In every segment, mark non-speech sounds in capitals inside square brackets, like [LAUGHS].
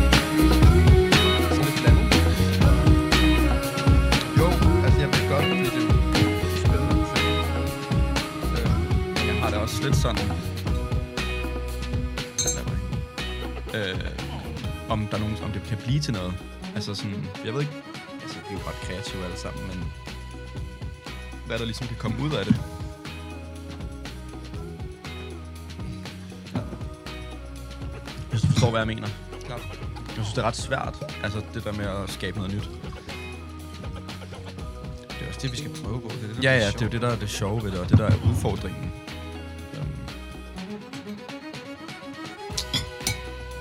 altså, godt, fordi det er jo spændende projekt. Øh, Jeg har det også lidt sådan... Øh, om, der er nogen, om det kan blive til noget. Altså sådan, jeg ved ikke, altså vi er jo ret kreative alle sammen, men hvad der ligesom kan komme ud af det. Hvis du forstår, hvad jeg mener. Klart. Jeg synes, det er ret svært, altså det der med at skabe noget nyt. Det er også det, vi skal prøve på. Det er det, der Ja, bliver ja, det er jo sjovt. det, der er det sjove ved det, og det, der er udfordringen. Øhm.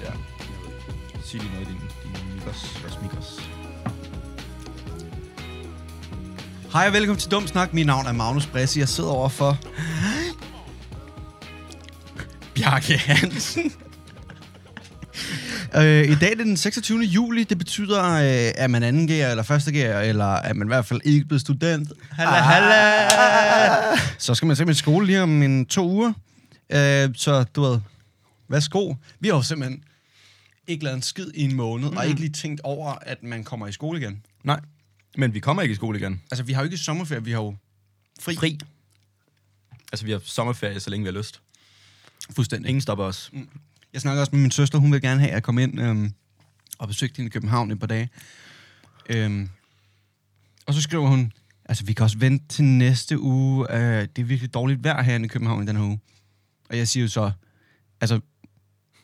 Ja, jeg ved ikke. Sig lige noget i din, din mikros, vores mikros. Hej og velkommen til Dum Snak. Mit navn er Magnus Bressi. Jeg sidder overfor... Bjarke Hansen. [LAUGHS] øh, I dag er det den 26. juli. Det betyder, øh, at man anden gear eller første gear, eller at man i hvert fald ikke er blevet student. Halla, ah. halla! Så skal man simpelthen i skole lige om en to uger. Øh, så du ved, værsgo. Vi har jo simpelthen ikke lavet en skid i en måned, mm. og ikke lige tænkt over, at man kommer i skole igen. Nej, men vi kommer ikke i skole igen. Altså, vi har jo ikke sommerferie, vi har jo fri. Fri. Altså, vi har sommerferie, så længe vi har lyst. Fuldstændig. Ingen stopper os. Jeg snakker også med min søster, hun vil gerne have at komme ind øhm, og besøge hende i København i et par dage. Øhm, og så skriver hun, altså vi kan også vente til næste uge, øh, det er virkelig dårligt vejr herinde i København i den her uge. Og jeg siger jo så, altså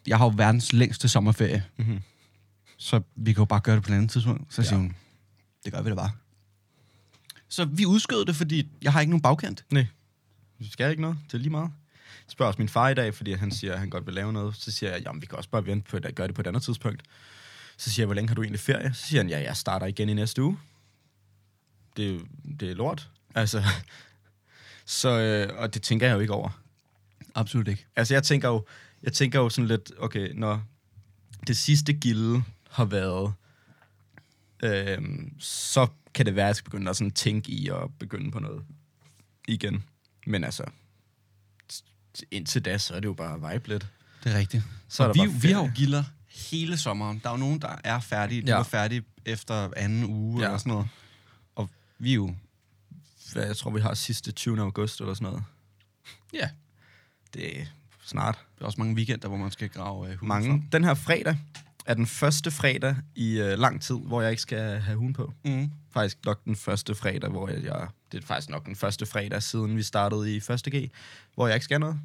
jeg har jo verdens længste sommerferie, Mhm. mm-hmm. så vi kan jo bare gøre det på et andet tidspunkt. Så Ja. ja. siger hun, det gør vi da bare. Så vi udskød det, fordi jeg har ikke nogen bagkant. Nej. Vi skal ikke noget. Det er lige meget. Jeg spørger også min far i dag, fordi han siger, at han godt vil lave noget. Så siger jeg, jamen vi kan også bare vente på at gøre det på et andet tidspunkt. Så siger jeg, hvor længe har du egentlig ferie? Så siger han, ja, jeg starter igen i næste uge. Det, det er lort. Altså, [LAUGHS] så, øh, og det tænker jeg jo ikke over. Absolut ikke. Altså, jeg tænker jo, jeg tænker jo sådan lidt, okay, når det sidste gilde har været, øh, så kan det være, at jeg skal begynde at sådan tænke i og begynde på noget igen. Men altså, t- indtil da, så er det jo bare vibe lidt. Det er rigtigt. Så Så er der vi, bare vi ferie. har jo gilder hele sommeren. Der er jo nogen, der er færdige. De Ja. ja. var færdige efter anden uge Ja. ja. eller sådan noget. Og vi er jo... Hvad, jeg tror, vi har sidste 20. august eller sådan noget. Ja. Det er snart. Der er også mange weekender, hvor man skal grave øh, hulen Mange. Den her fredag er den første fredag i øh, lang tid, hvor jeg ikke skal have hun på. frem. Mm. faktisk nok den første fredag, hvor jeg, jeg... Det er faktisk nok den første fredag, siden vi startede i 1.G, hvor jeg ikke skal noget.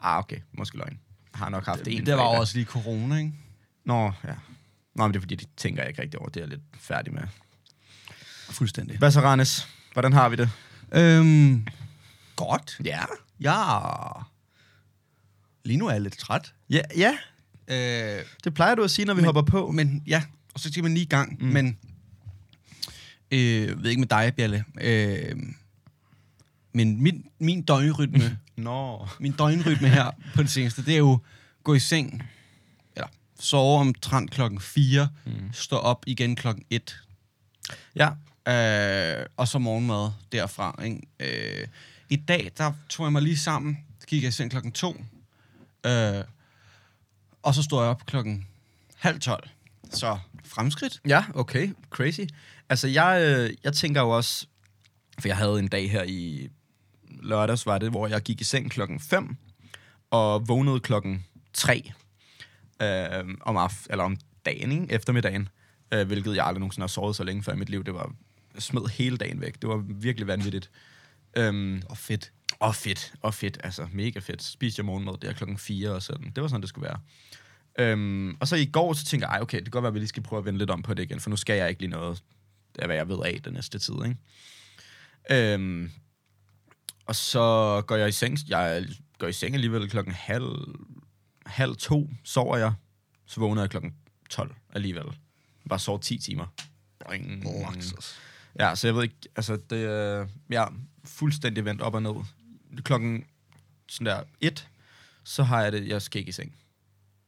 Ah, okay. Måske løgn. Jeg har nok haft en Det, det var fredag. jo også lige corona, ikke? Nå, ja. Nå, men det er fordi, de tænker jeg ikke rigtig over. Det er jeg lidt færdig med. Fuldstændig. Hvad så, Rannes? Hvordan har vi det? Øhm, godt. Ja. Ja. Lige nu er jeg lidt træt. Ja, ja. Øh, det plejer du at sige, når vi Men- hopper på. men ja, og så skal man lige i gang, mm. men øh, jeg ved ikke med dig, Bjalle, øh, men min, min døgnrytme, Nå. min døgnrytme her på det seneste, det er jo gå i seng, eller sove omtrent klokken 4, mm. stå op igen klokken 1, Ja. øh, og så morgenmad derfra. Ikke? Øh, I dag, der tog jeg mig lige sammen, så gik jeg i seng klokken 2, øh, og så stod jeg op klokken halv 12. Så fremskridt. Ja, okay. Crazy. Altså, jeg, øh, jeg tænker jo også... For jeg havde en dag her i lørdags, var det, hvor jeg gik i seng klokken 5 og vågnede klokken 3 øh, om, af, eller om dagen, ikke? eftermiddagen, øh, hvilket jeg aldrig nogensinde har sovet så længe før i mit liv. Det var jeg smed hele dagen væk. Det var virkelig vanvittigt. Øhm, Og fedt. og fedt, og fedt, altså mega fedt. Spiste jeg morgenmad der klokken 4 og sådan. Det var sådan, det skulle være. Øhm, og så i går, så tænker jeg, "Ej, okay, det kan godt være, at vi lige skal prøve at vende lidt om på det igen, for nu skal jeg ikke lige noget af, hvad jeg ved af den næste tid, ikke? Øhm, og så går jeg i seng, jeg går i seng alligevel klokken halv, halv to, sover jeg, så vågner jeg klokken 12 alligevel. Bare sover 10 timer. Boing. Ja, så jeg ved ikke, altså det øh, jeg er fuldstændig vendt op og ned. Klokken sådan der et, så har jeg det, jeg skal ikke i seng.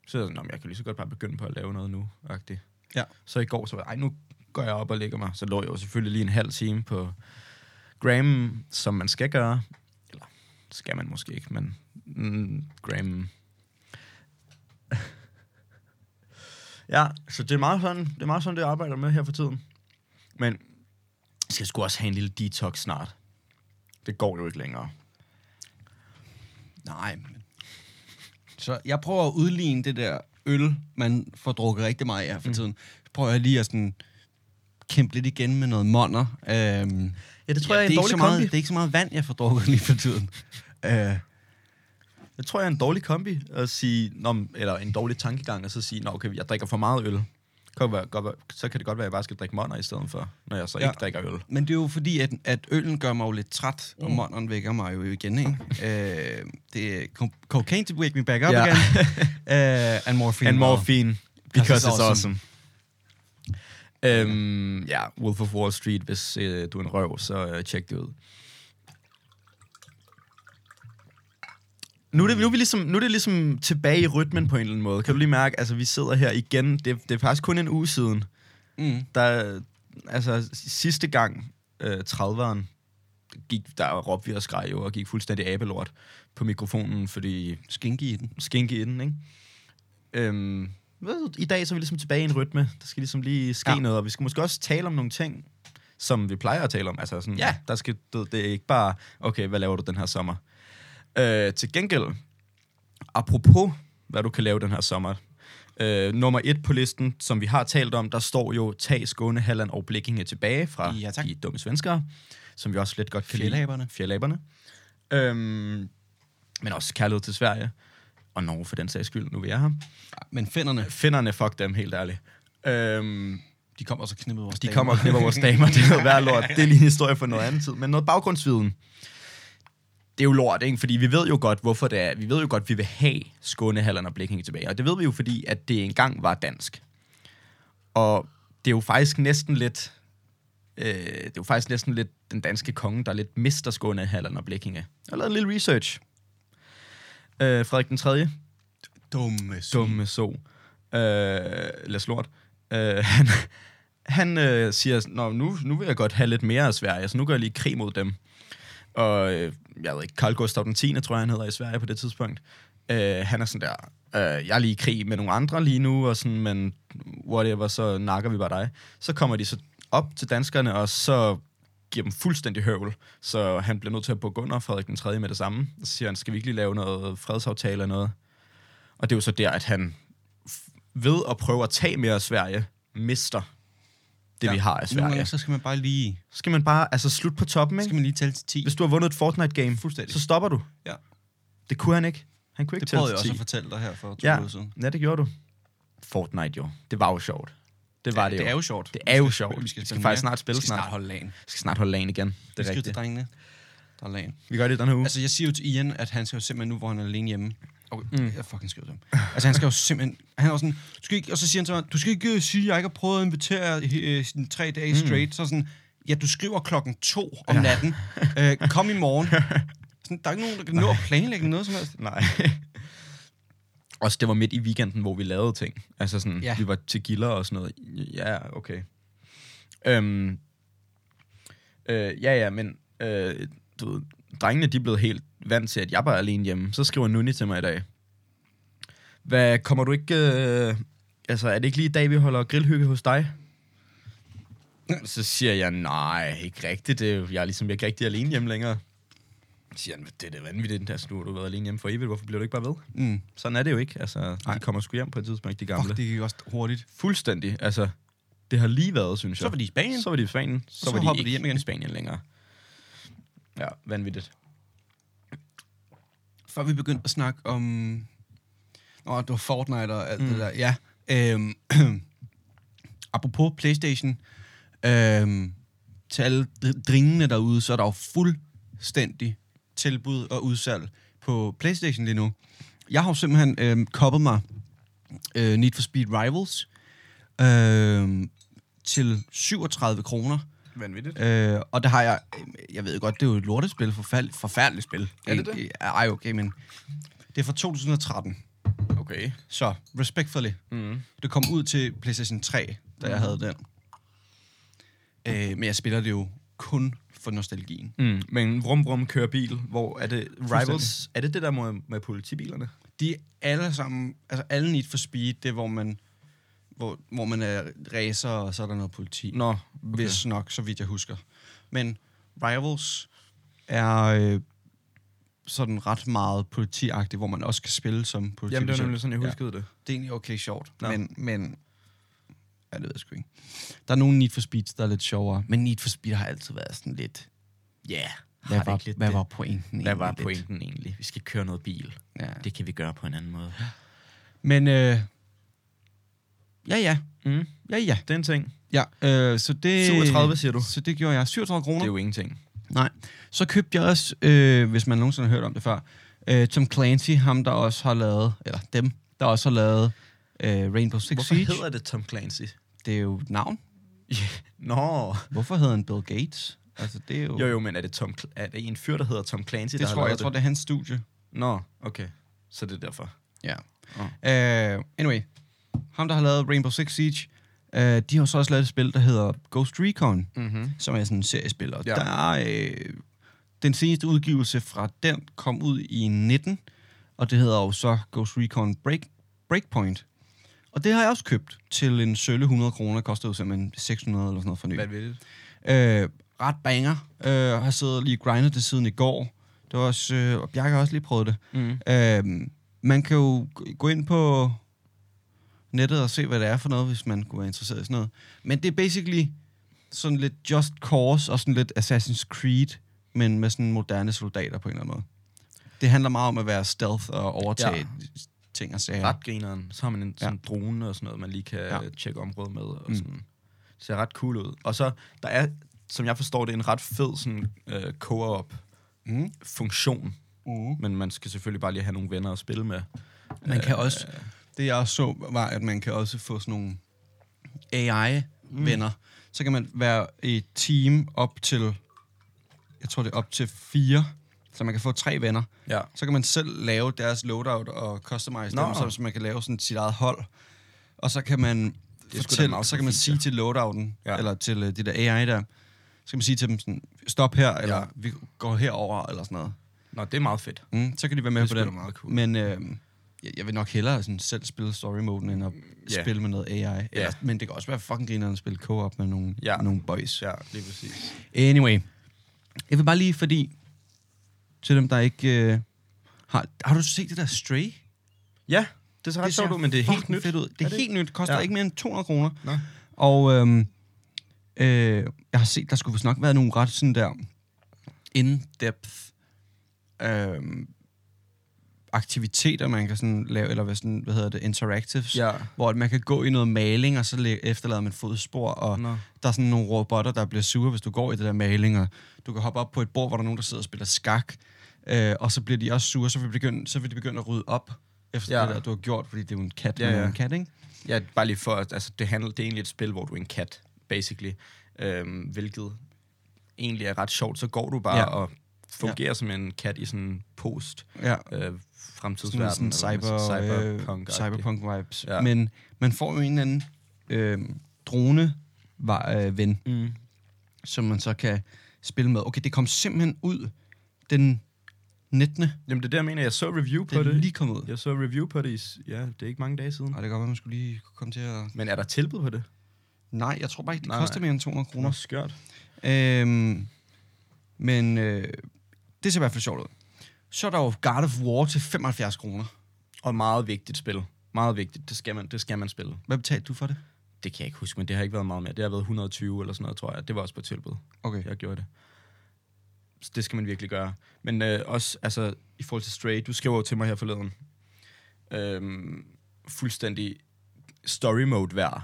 Så er jeg sådan, "Nå, men jeg kan lige så godt bare begynde på at lave noget nu, agtigt. Ja. Så i går, så var jeg, "Ej, nu går jeg op og lægger mig. Så lå jeg jo selvfølgelig lige en halv time på Graham, som man skal gøre. Eller, skal man måske ikke, men mm, [LAUGHS] Graham. ja, så det er meget sådan, det er meget sådan, det jeg arbejder med her for tiden. Men jeg skal sgu også have en lille detox snart. Det går jo ikke længere. Nej. Men... Så jeg prøver at udligne det der øl, man får drukket rigtig meget af for mm. tiden. Så prøver jeg lige at sådan kæmpe lidt igen med noget monner. Øhm, ja, det tror jeg er en ikke dårlig så meget, kombi. Det er ikke så meget vand, jeg får drukket lige for tiden. Øh, Jeg tror, jeg er en dårlig kombi at sige, nå, men- eller en dårlig tankegang, og så sige, nå, okay, jeg drikker for meget øl. Kan være, godt, være- så kan det godt være, at jeg bare skal drikke monner i stedet for, når jeg så Ja. ikke drikker øl. men det er jo fordi, at, at øllen gør mig jo lidt træt, Mm. og monneren vækker mig jo [LAUGHS] igen, ikke? øh, det er co- cocaine to wake me back up Ja. [LAUGHS] again. Øh, and morphine. And morphine, because it's it's awesome. Øhm, ja, Wolf of Wall Street, hvis øh, du er en røv, så øh, tjek det ud. Nu er, det, nu, er vi ligesom, nu er det ligesom tilbage i rytmen på en eller anden måde. Kan du lige mærke, altså vi sidder her igen, det, det er faktisk kun en uge siden, Mm. der, altså sidste gang, øh, 30'eren, gik, der råbte vi og skreg jo, og gik fuldstændig abelort på mikrofonen, fordi Skinke i den. skinke i den, ikke? Øhm, ved du, I dag så er vi ligesom tilbage i en rytme. Der skal ligesom lige ske Ja. ja. noget, og vi skal måske også tale om nogle ting, som vi plejer at tale om. Altså sådan, Ja. der skal, du ved, det er ikke bare, okay, hvad laver du den her sommer? Øh, til gengæld, apropos, hvad du kan lave den her sommer. Øh, nummer et på listen, som vi har talt om, der står jo Tag Skåne, Halland og Blikkinge tilbage fra Ja, tak. de dumme svenskere, som vi også lidt godt kan Fjellaberne. lide. Fjellaberne. Øhm, men også kærlighed til Sverige. Og Norge for den sags skyld, nu vil jeg her. Ah, Men finderne, Finderne, fuck dem, helt ærligt. Øhm, de kommer så knippet vores de damer. kommer og knipper vores damer, det er noget værd lort. Det er lige en historie for noget andet tid. Men noget baggrundsviden, det er jo lort, ikke? Fordi vi ved jo godt, hvorfor det er. Vi ved jo godt, vi vil have Skånehallerne og Blikkinge tilbage. Og det ved vi jo, fordi at det engang var dansk. Og det er jo faktisk næsten lidt... Øh, det er jo faktisk næsten lidt den danske konge, der lidt mister Skånehallerne og Blikkinge. Jeg har lavet en lille research. Øh, Frederik den 3. Dumme svin. dumme så. Øh, Lars Lort. Øh, [LAUGHS] han han øh, siger, Nå, nu, nu vil jeg godt have lidt mere af Sverige, så nu går jeg lige i krig mod dem. Og øh, jeg ved ikke, Carl Gustav den 10. tror jeg, han hedder i Sverige på det tidspunkt. Øh, han er sådan der, øh, jeg er lige i krig med nogle andre lige nu, og sådan, men whatever, så nakker vi bare dig. Så kommer de så op til danskerne, og så giver dem fuldstændig høvl, så han bliver nødt til at bukke under Frederik den 3. med det samme. Så siger han, skal vi ikke lige lave noget fredsaftale eller noget? Og det er jo så der, at han f- ved at prøve at tage mere af Sverige, mister det, ja. vi har af Nogle gange, Sverige. så skal man bare lige, Så skal man bare altså slutte på toppen, så ikke? skal man lige tælle til 10. Hvis du har vundet et Fortnite-game, Fuldstændig. så stopper du. Ja. Det kunne han ikke. Han kunne ikke Det tælle prøvede jeg til også at 10. fortælle dig her for to ja. uger siden. ja, det gjorde du. Fortnite jo. Det var jo sjovt. Det var det, det jo. er jo sjovt. Det er jo Vi skal- sjovt. Vi skal, Vi skal spille faktisk mere. snart spille Vi skal snart snart. holde lagen. Jeg skal snart holde lagen igen. Det Det er skal til rigtigt. drengene. Der er lagen. Vi gør det i den her uge. Altså, jeg siger jo til Ian, at han skal jo simpelthen nu, hvor han er alene hjemme. Okay, mm. jeg fucking skriver til ham. Altså, han skal jo simpelthen... Han er jo sådan... Du skal ikke, og så siger han til mig, du skal ikke øh, sige, at jeg ikke har prøvet at invitere jer, øh, sådan tre Mm. dage straight. Så sådan, ja, du skriver klokken to om ja. natten. Øh, kom [LAUGHS] i morgen. Sådan, der er ikke nogen, der kan nå at planlægge noget som helst. Nej. [LAUGHS] Også det var midt i weekenden, hvor vi lavede ting. Altså sådan, Ja. ja. vi var til gilder og sådan noget. Ja, okay. Øhm, øh, ja, ja, men øh, du ved, drengene de er blevet helt vant til, at jeg bare er alene hjemme. Så skriver Nuni til mig i dag. Hvad, kommer du ikke... Øh, altså, er det ikke lige i dag, vi holder grillhygge hos dig? Så siger jeg, nej, ikke rigtigt. Det, er jo- jeg er ligesom ikke rigtig alene hjemme længere. Så siger han, det er da vanvittigt, altså, nu har du været alene hjemme for evigt, hvorfor bliver du ikke bare ved? Mm. Sådan er det jo ikke, altså, Nej. de kommer sgu hjem på et tidspunkt, de gamle. Fuck, det gik også hurtigt. Fuldstændig, altså, det har lige været, synes jeg. Så var de i Spanien. Så var de i Spanien, så, så var de hoppede ikke de hjem igen. i Spanien længere. Ja, vanvittigt. før vi begyndte at snakke om... Nå, det var Fortnite og alt mm. det der. Ja. Øhm, [CLEARS THROAT] apropos PlayStation. Øhm, til alle dr- drengene derude, så er der jo fuldstændig tilbud og udsalg på PlayStation lige nu. Jeg har jo simpelthen øhm, koppet mig øh, Need for Speed Rivals øhm, til 37 kroner. Vanvittigt. Øh, og det har jeg... Jeg ved godt, det er jo et lortespil. Forfærd, forfærdeligt spil. Er det det? Øh, Ej, okay, men... Det er fra 2013. Okay. Så, respectfully. Mm. Det kom ud til PlayStation 3, da Mhm. jeg havde den. Øh, men jeg spiller det jo kun for nostalgien. Mm. Men Vrum Vrum kører bil, hvor er det Rivals, er det det der med, med politibilerne? De er alle sammen... Altså, alle Need for Speed, det er, hvor man hvor, hvor man er racer, og så er der noget politi. Nå, okay. Hvis nok, så vidt jeg husker. Men Rivals er øh, sådan ret meget politiagtigt, hvor man også kan spille som politi. Jamen, det var nemlig sådan, jeg huskede ja. det. Det er egentlig okay sjovt, Nå. no. men, men... Ja, det ved jeg sgu ikke. Der er nogle Need for Speeds, der er lidt sjovere, men Need for Speed har altid været sådan lidt... Ja, yeah. Hvad, var, hvad var pointen Hvad var egentlig lidt? pointen egentlig? Vi skal køre noget bil. Ja. Det kan vi gøre på en anden måde. Men øh, ja, ja. Mm. Ja, ja. Det er en ting. ja. Øh, så det, 37, siger du? Så det gjorde jeg. 37 kroner. Det er jo ingenting. Nej. Så købte jeg også, øh, hvis man nogensinde har hørt om det før, øh, Tom Clancy, ham der også har lavet, eller dem, der også har lavet øh, Rainbow Six Hvorfor Siege. hedder det Tom Clancy? Det er jo et navn. Nå. Hvorfor hedder han Bill Gates? Altså, det er jo... Jo, jo, men er det, Tom, Cl- er det en fyr, der hedder Tom Clancy, det der tror jeg, jeg tror, det er hans studie. det. Nå, okay. Så det er derfor. Ja. Uh, anyway, ham der har lavet Rainbow Six Siege, uh, de har så også lavet et spil, der hedder Ghost Recon, Mm-hmm. som er sådan en seriespil. Og Ja. ja. der øh, den seneste udgivelse fra den kom ud i 19, og det hedder jo så Ghost Recon Break, Breakpoint. Og det har jeg også købt til en sølle 100 kroner, kostede jo simpelthen 600 eller sådan noget for ny. det? Øh, ret banger. Øh, har siddet lige grindet det siden i går. Det var også, øh, og Bjarke har også lige prøvet det. Mm. Øh, man kan jo g- gå ind på nettet og se, hvad det er for noget, hvis man kunne være interesseret i sådan noget. Men det er basically sådan lidt Just Cause og sådan lidt Assassin's Creed, men med sådan moderne soldater på en eller anden måde. Det handler meget om at være stealth og overtage Ja. ja. ting og sager. Ret grineren. Så har man en sådan ja. drone og sådan noget, man lige kan ja. Ja. tjekke området med. Og sådan. Det ser ret cool ud. Og så, der er, som jeg forstår det, en ret fed sådan, øh, co-op Mm. funktion. Uh. Men man skal selvfølgelig bare lige have nogle venner at spille med. Man kan også, Øh, det jeg også så, var, at man kan også få sådan nogle AI-venner. Mm. Så kan man være et team op til, jeg tror det er op til fire, så man kan få tre venner. Ja. Så kan man selv lave deres loadout og customize Nå. Nå. dem, så- så man kan lave sådan sit eget hold. Og så kan man, da fortælle, meget så kan man fedt, sige til loadouten, Ja. ja. eller til øh, det der AI der, så kan man sige til dem sådan, stop her, eller Ja. ja. vi går herover eller sådan noget. Nå, det er meget fedt. Mm, så kan de være med Det er sgu på den. da meget cool. Men øh, jeg, jeg vil nok hellere sådan, selv spille story moden end at Ja. yeah. spille med noget AI. Eller, Ja. Men det kan også være fucking grineren at spille co-op med nogle, Ja. nogle boys. Ja, lige præcis. Anyway. Jeg vil bare lige, fordi... Til dem, der ikke... Øh, har, har du set det der Stray? Ja, det ser ret det ser sjovt ud, men det er helt fucking nyt. Fedt ud. Det Er er, er det det? helt nyt. Koster Ja. ja. ikke mere end 200 kroner. Nå. Og øhm, øh, jeg har set, der skulle vist nok være nogle ret sådan der in-depth øhm, aktiviteter, man kan sådan lave, eller hvad, sådan, hvad hedder det, interactives, Ja. hvor at man kan gå i noget maling, og så læ- efterlader man fodspor, og Nå. der er sådan nogle robotter, der bliver sure, hvis du går i det der maling, og du kan hoppe op på et bord, hvor der er nogen, der sidder og spiller skak, øh, og så bliver de også sure, så vil de begynde, så vil de begynde at rydde op efter Ja. ja. det der, du har gjort, fordi det er jo en kat, Ja, ja, ja. ja. en kat, ikke? Ja, bare lige for, at- altså det, handler, det er egentlig et spil, hvor du er en kat, basically. Øhm, hvilket egentlig er ret sjovt. Så går du bare Ja. og fungerer som en kat i sådan en post Ja. øh, sådan, fremtidsverden. sådan cyber, cyberpunk, cyberpunk, øh, cyberpunk vibes. Ja. Ja. Men man får jo en eller anden øh, drone var, øh, ven, Mm. som man så kan spille med. Okay, det kom simpelthen ud den 19. Jamen det er der, jeg mener, jeg så review på Det det. er lige kommet ud. Jeg så review på det i, s- ja, det er ikke mange dage siden. Og det kan godt være, man skulle lige kunne komme til at... Men er der tilbud på det? Nej, jeg tror bare ikke, det Nej, koster nej. mere end 200 Nå, kroner. skørt. Øhm, men øh, det ser i hvert fald sjovt ud. Så er der jo God of War til 75 kroner. Og meget vigtigt spil. Meget vigtigt. Det skal man, det skal man spille. Hvad betalte du for det? Det kan jeg ikke huske, men det har ikke været meget mere. Det har været 120 eller sådan noget, tror jeg. Det var også på tilbud. Okay. Jeg gjorde det. Så det skal man virkelig gøre. Men øh, også altså, i forhold til Stray, du skrev jo til mig her forleden, øhm, fuldstændig story mode værd.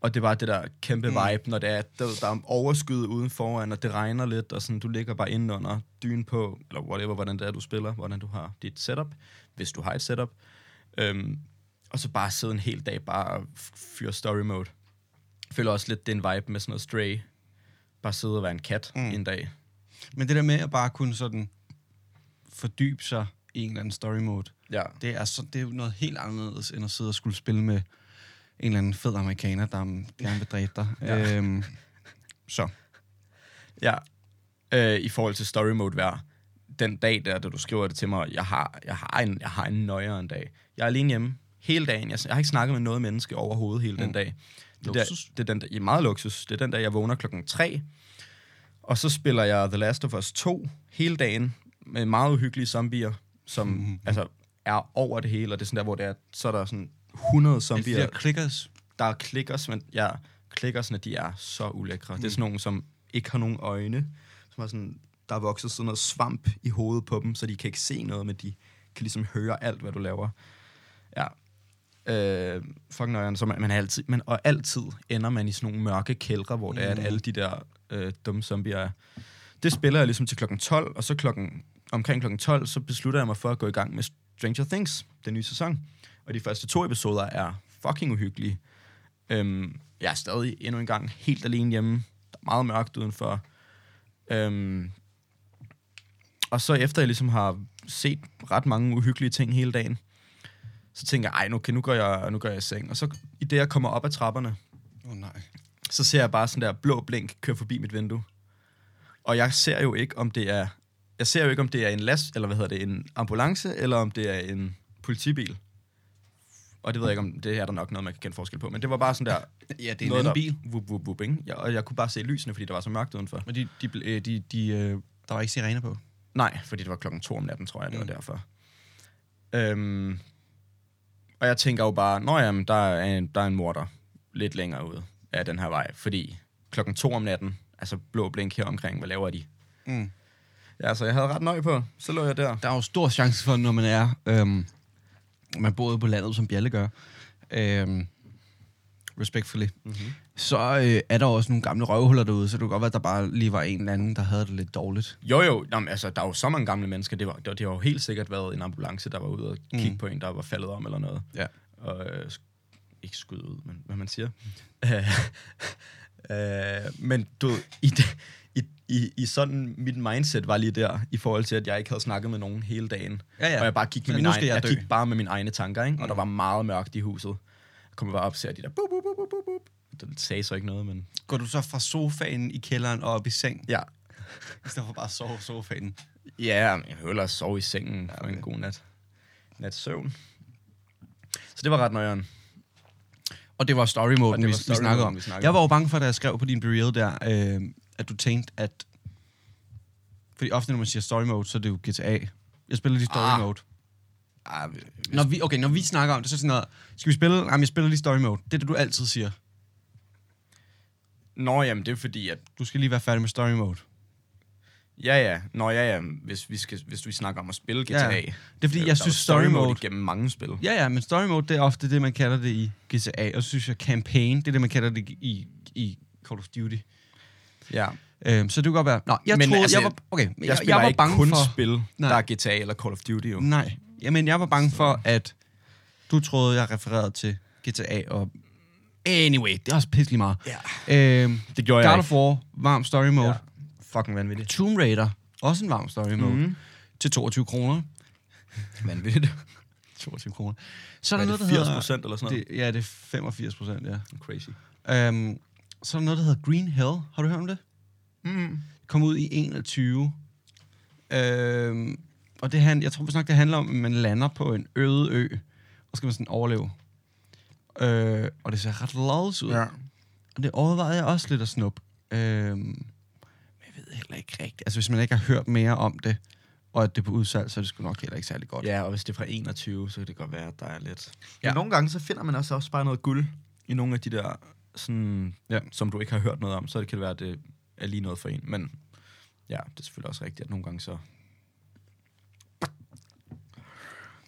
Og det var det der kæmpe mm. vibe, når det er, der, der er overskyet uden foran, og det regner lidt, og sådan, du ligger bare indenunder dynen på, eller whatever, hvordan det er, du spiller, hvordan du har dit setup, hvis du har et setup. Øhm, og så bare sidde en hel dag bare og f- fyre story mode. Jeg føler også lidt, det er en vibe med sådan noget stray. Bare sidde og være en kat mm. Mm. en dag. Men det der med at bare kunne sådan fordybe sig i en eller anden story mode, Ja. det er, så, det er jo noget helt anderledes, end at sidde og skulle spille med en eller anden fed amerikaner, der gerne vil dræbe dig. Ja. ja. øhm, så. ja. Øh, I forhold til story mode hver. Den dag der, da du skriver det til mig, jeg har, jeg har en, jeg har en nøjere en dag. Jeg er alene hjemme. hele dagen. Jeg, jeg har ikke snakket med noget menneske overhovedet hele mm. den dag. Det, der, Luksus. det er den der, ja, meget luksus. Det er den dag, jeg vågner klokken 3, og så spiller jeg The Last of Us 2 hele dagen med meget uhyggelige zombier, som mm. Mm-hmm. altså er over det hele, og det er sådan der, hvor det er, så er der sådan 100 Det er de zombier, der clickers. der er klikkers, men ja, klikkersne, de er så ulækre. Mm. Det er sådan nogle, som ikke har nogen øjne, som er sådan, der er vokset sådan noget svamp i hovedet på dem, så de kan ikke se noget, men de kan ligesom høre alt, hvad du laver. Ja. Øh, fucking nøjeren, så man, man er altid, man, og altid ender man i sådan nogle mørke kældre, hvor det er, at alle de der øh, dumme zombier er. Det spiller jeg ligesom til klokken 12, og så klokken, omkring klokken 12, så beslutter jeg mig for at gå i gang med Stranger Things, den nye sæson. Og de første to episoder er fucking uhyggelige. Øhm, jeg er stadig endnu en gang helt alene hjemme. Der er meget mørkt udenfor. Øhm, og så efter jeg ligesom har set ret mange uhyggelige ting hele dagen, så tænker jeg, ej, nu, okay, nu, går jeg, nu går jeg i seng. Og så i det, jeg kommer op ad trapperne, Åh oh, nej. så ser jeg bare sådan der blå blink køre forbi mit vindue. Og jeg ser jo ikke, om det er... Jeg ser jo ikke, om det er en last, eller hvad hedder det, en ambulance, eller om det er en politibil. Og det ved jeg ikke, om det er der nok noget, man kan kende forskel på. Men det var bare sådan der... [LAUGHS] Ja, det er en noget, anden der- bil. Wup, wup, wup, ikke? Ja, og jeg kunne bare se lysene, fordi der var så mørkt udenfor. Men de, de, bl- øh, de, de, øh, der var ikke sirener på. Nej, fordi det var klokken to om natten, tror jeg, det var Mm. derfor. Øhm, og jeg tænker jo bare, nå jamen, der er, en, der er en morder lidt længere ude af den her vej, fordi klokken to om natten, altså blå blink her omkring, hvad laver de? Mm. Ja, så jeg havde ret nøje på, så lå jeg der. Der er jo stor chance for, når man er... Øhm, man bor ude på landet, som Bjalle gør. Øhm, respectfully. Mm-hmm. Så øh, er der også nogle gamle røvhuller derude, så det kunne godt være, at der bare lige var en eller anden, der havde det lidt dårligt. Jo, jo, jamen, altså, der er jo så mange gamle mennesker, det, var, det, det har jo helt sikkert været en ambulance, der var ude og kigge mm. på en, der var faldet om eller noget. Ja. og øh, sk- ikke skud ud, men hvad man siger. [LAUGHS] Øh, øh, men du, ved, i, det- i, i, i sådan mit mindset var lige der, i forhold til, at jeg ikke havde snakket med nogen hele dagen. Ja, ja. Og jeg bare gik, med Men min nu skal egen, jeg Mm. jeg dø. gik bare med mine egne tanker, ikke? og der var meget mørkt i huset. Jeg kom bare op og ser de der... Bup, bup, bup, bup, bup. Det sagde så ikke noget, men... Går du så fra sofaen i kælderen og op i seng, Ja, i stedet for bare at sove i sofaen? ja men jeg vil hellere sove i sengen ja, for en okay. god nat. Nat søvn. Så det var ret nøjeren. Og det var story mode, det vi, var vi story snakkede moden, om. vi snakkede Jeg om. var jo bange for, da jeg skrev på din burial der, øh, at du tænkte, at... Fordi ofte, når man siger story mode, så er det jo GTA. Jeg spiller lige story Ah. ah. mode. Ah, Når vi, okay, når vi snakker om det, så er det sådan noget, skal vi spille? Jamen, jeg spiller lige story mode. Det er det, du altid siger. Nå, jamen det er fordi, at Du skal lige være færdig med story mode. Ja, ja. Nå, ja, ja. Hvis vi, skal, hvis vi snakker om at spille GTA. Ja, Ja, ja. Det er fordi, jeg synes, story mode- gennem mange spil. Ja. Ja, ja, men story mode, det er ofte det, man kalder det i GTA. Og så synes jeg, campaign, det er det, man kalder det i, i Call of Duty. ja. Øhm, så det kunne godt være... Nå, jeg Men troede, altså, jeg var... Okay, men Jeg, jeg, jeg, spiller jeg var ikke bange kun for... spil, Nej. der er GTA eller Call of Duty, jo. Nej, jamen jeg var bange for, at du troede, jeg refererede til GTA og... Anyway, det er også pisselig meget. Ja. Øhm, Det gjorde jeg God ikke. of War, varm story mode. Ja. Fucking vanvittigt. Tomb Raider, også en varm story mode. Mhm. Mm. Til 22 kroner. Vanvittigt. 22 kroner. Så er Hvad der er noget, det, der hedder... 80% eller sådan noget? Det, ja, det er 85 procent, ja. Crazy. Øhm, så er der noget, der hedder Green Hell. Har du hørt om det? Mm. kom ud i 21. Øhm, og det han, jeg tror nok, det handler om, at man lander på en øde ø, og skal man sådan overleve. Øh, og det ser ret lods ud. Ja. Og det overvejede jeg også lidt at snuppe. Øhm, men jeg ved heller ikke rigtigt. Altså, hvis man ikke har hørt mere om det, og at det er på udsalg, så er det sgu nok heller ikke særlig godt. ja, og hvis det er fra 21, så kan det godt være, at der er lidt... Ja. Ja. Men nogle gange, så finder man altså også bare noget guld i nogle af de der, sådan, Ja. ja. som du ikke har hørt noget om, så det kan det være, at det er lige noget for en. Men ja, det er selvfølgelig også rigtigt, at nogle gange så...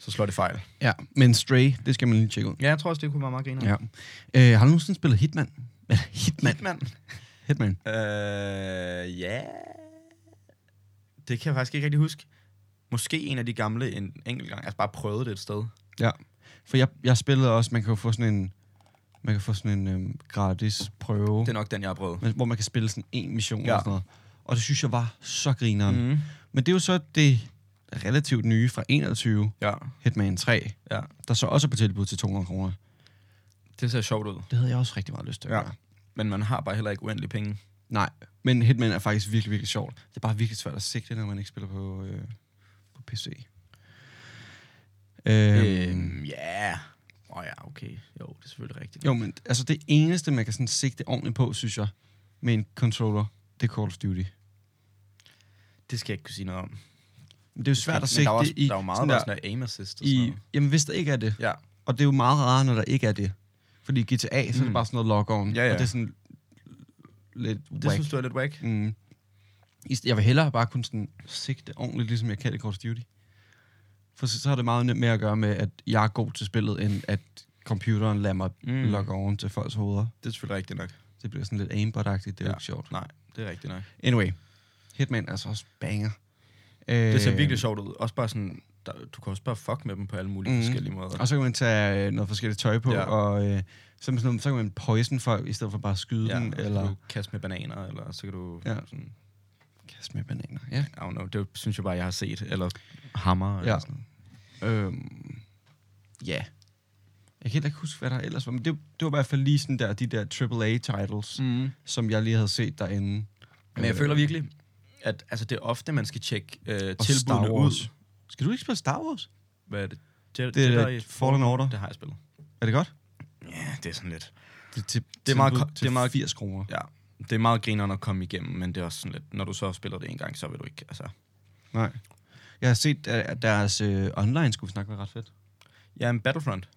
Så slår det fejl. ja. Men Stray, det skal man lige tjekke ud. Ja, jeg tror også, det kunne være meget griner. Ja. Øh, har du nogensinde spillet Hitman? Hitman. Hitman. Hitman. Øh, ja. Det kan jeg faktisk ikke rigtig huske. Måske en af de gamle en enkelt gang. Altså bare prøvede det et sted. Ja, for jeg, jeg spillede også, man kan jo få sådan en, man kan få sådan en øhm, gratis prøve, Det er den. nok den, jeg har prøvet. hvor man kan spille sådan en mission ja. Ja. og sådan noget. Og det synes jeg var så grineren. Mm. Mm. Men det er jo så det relativt nye fra 21, Ja, Hitman 3, ja. der så også er på tilbud til 200 kroner. Det ser sjovt ud. Det havde jeg også rigtig meget lyst til at Ja. ja. gøre. Men man har bare heller ikke uendelige penge. Nej, men Hitman er faktisk virkelig, virkelig sjovt. Det er bare virkelig svært at sigte, når man ikke spiller på, øh, på PC. Øhm, Øhm, ja. Åh oh, ja, okay. Jo, det er selvfølgelig rigtigt. Jo, men altså det eneste, man kan sådan sigte ordentligt på, synes jeg, med en controller, det er Call of Duty. Det skal jeg ikke kunne sige noget om. Men det er jo svært Men at der sigte er, også, i... der er jo meget, sådan der, der- er sådan der aim assist og sådan i, noget. jamen, hvis der ikke er det. Ja. Og det er jo meget rarere, når der ikke er det. Fordi i GTA, så er Mm. det bare sådan noget lock-on. Ja, ja. Og det er sådan lidt Det whack. synes du er lidt whack? Mm. I st- Jeg vil hellere bare kunne sådan sigte ordentligt, ligesom jeg kan i Call of Duty. For så, så har det meget nemt med at gøre med, at jeg er god til spillet, end at computeren lader mig Mm. mm. logge oven til folks hoveder. Det er selvfølgelig rigtigt nok. Det bliver sådan lidt aimbot-agtigt, det er ja. Ja. jo ikke sjovt. Nej, det er rigtigt nok. Anyway, Hitman er altså også banger. Øh, Det Øhm. ser virkelig sjovt ud. Også bare sådan, der, du kan også bare fuck med dem på alle mulige mm. Mhm. forskellige måder. Og så kan man tage øh, noget forskelligt tøj på, Ja. ja. og øh, så, er man sådan, noget- så kan man poison folk, i stedet for bare at skyde ja, ja, dem, så eller... eller du kaste med bananer, eller så kan du... Ja. Ja. Sådan, kaste med bananer. Ja. I don't know, det synes jeg bare, jeg har set. Eller hammer, eller Ja. sådan noget. Øhm, ja. Jeg kan heller ikke huske, hvad der ellers var, men det, det var i hvert fald lige sådan der, de der AAA-titles, mm. Mm. som jeg lige havde set derinde. Øh, Men jeg føler virkelig, at altså, det er ofte, man skal tjekke øh, Star tilbudene Wars. ud. Skal du ikke spille Star Wars? Hvad er det? Je- Det er Jedi- Jedi Fallen Order. Det har jeg spillet. Er det godt? Ja, det er sådan lidt. Det, til, Det er meget tilbud ko- det er meget- 80 kroner. Ja, det er meget grineren at komme igennem, men det er også sådan lidt, når du så spiller det en gang, så vil du ikke, altså... Nej. Jeg har set, at deres øh, online skulle snakke var ret fedt. Ja, en Battlefront.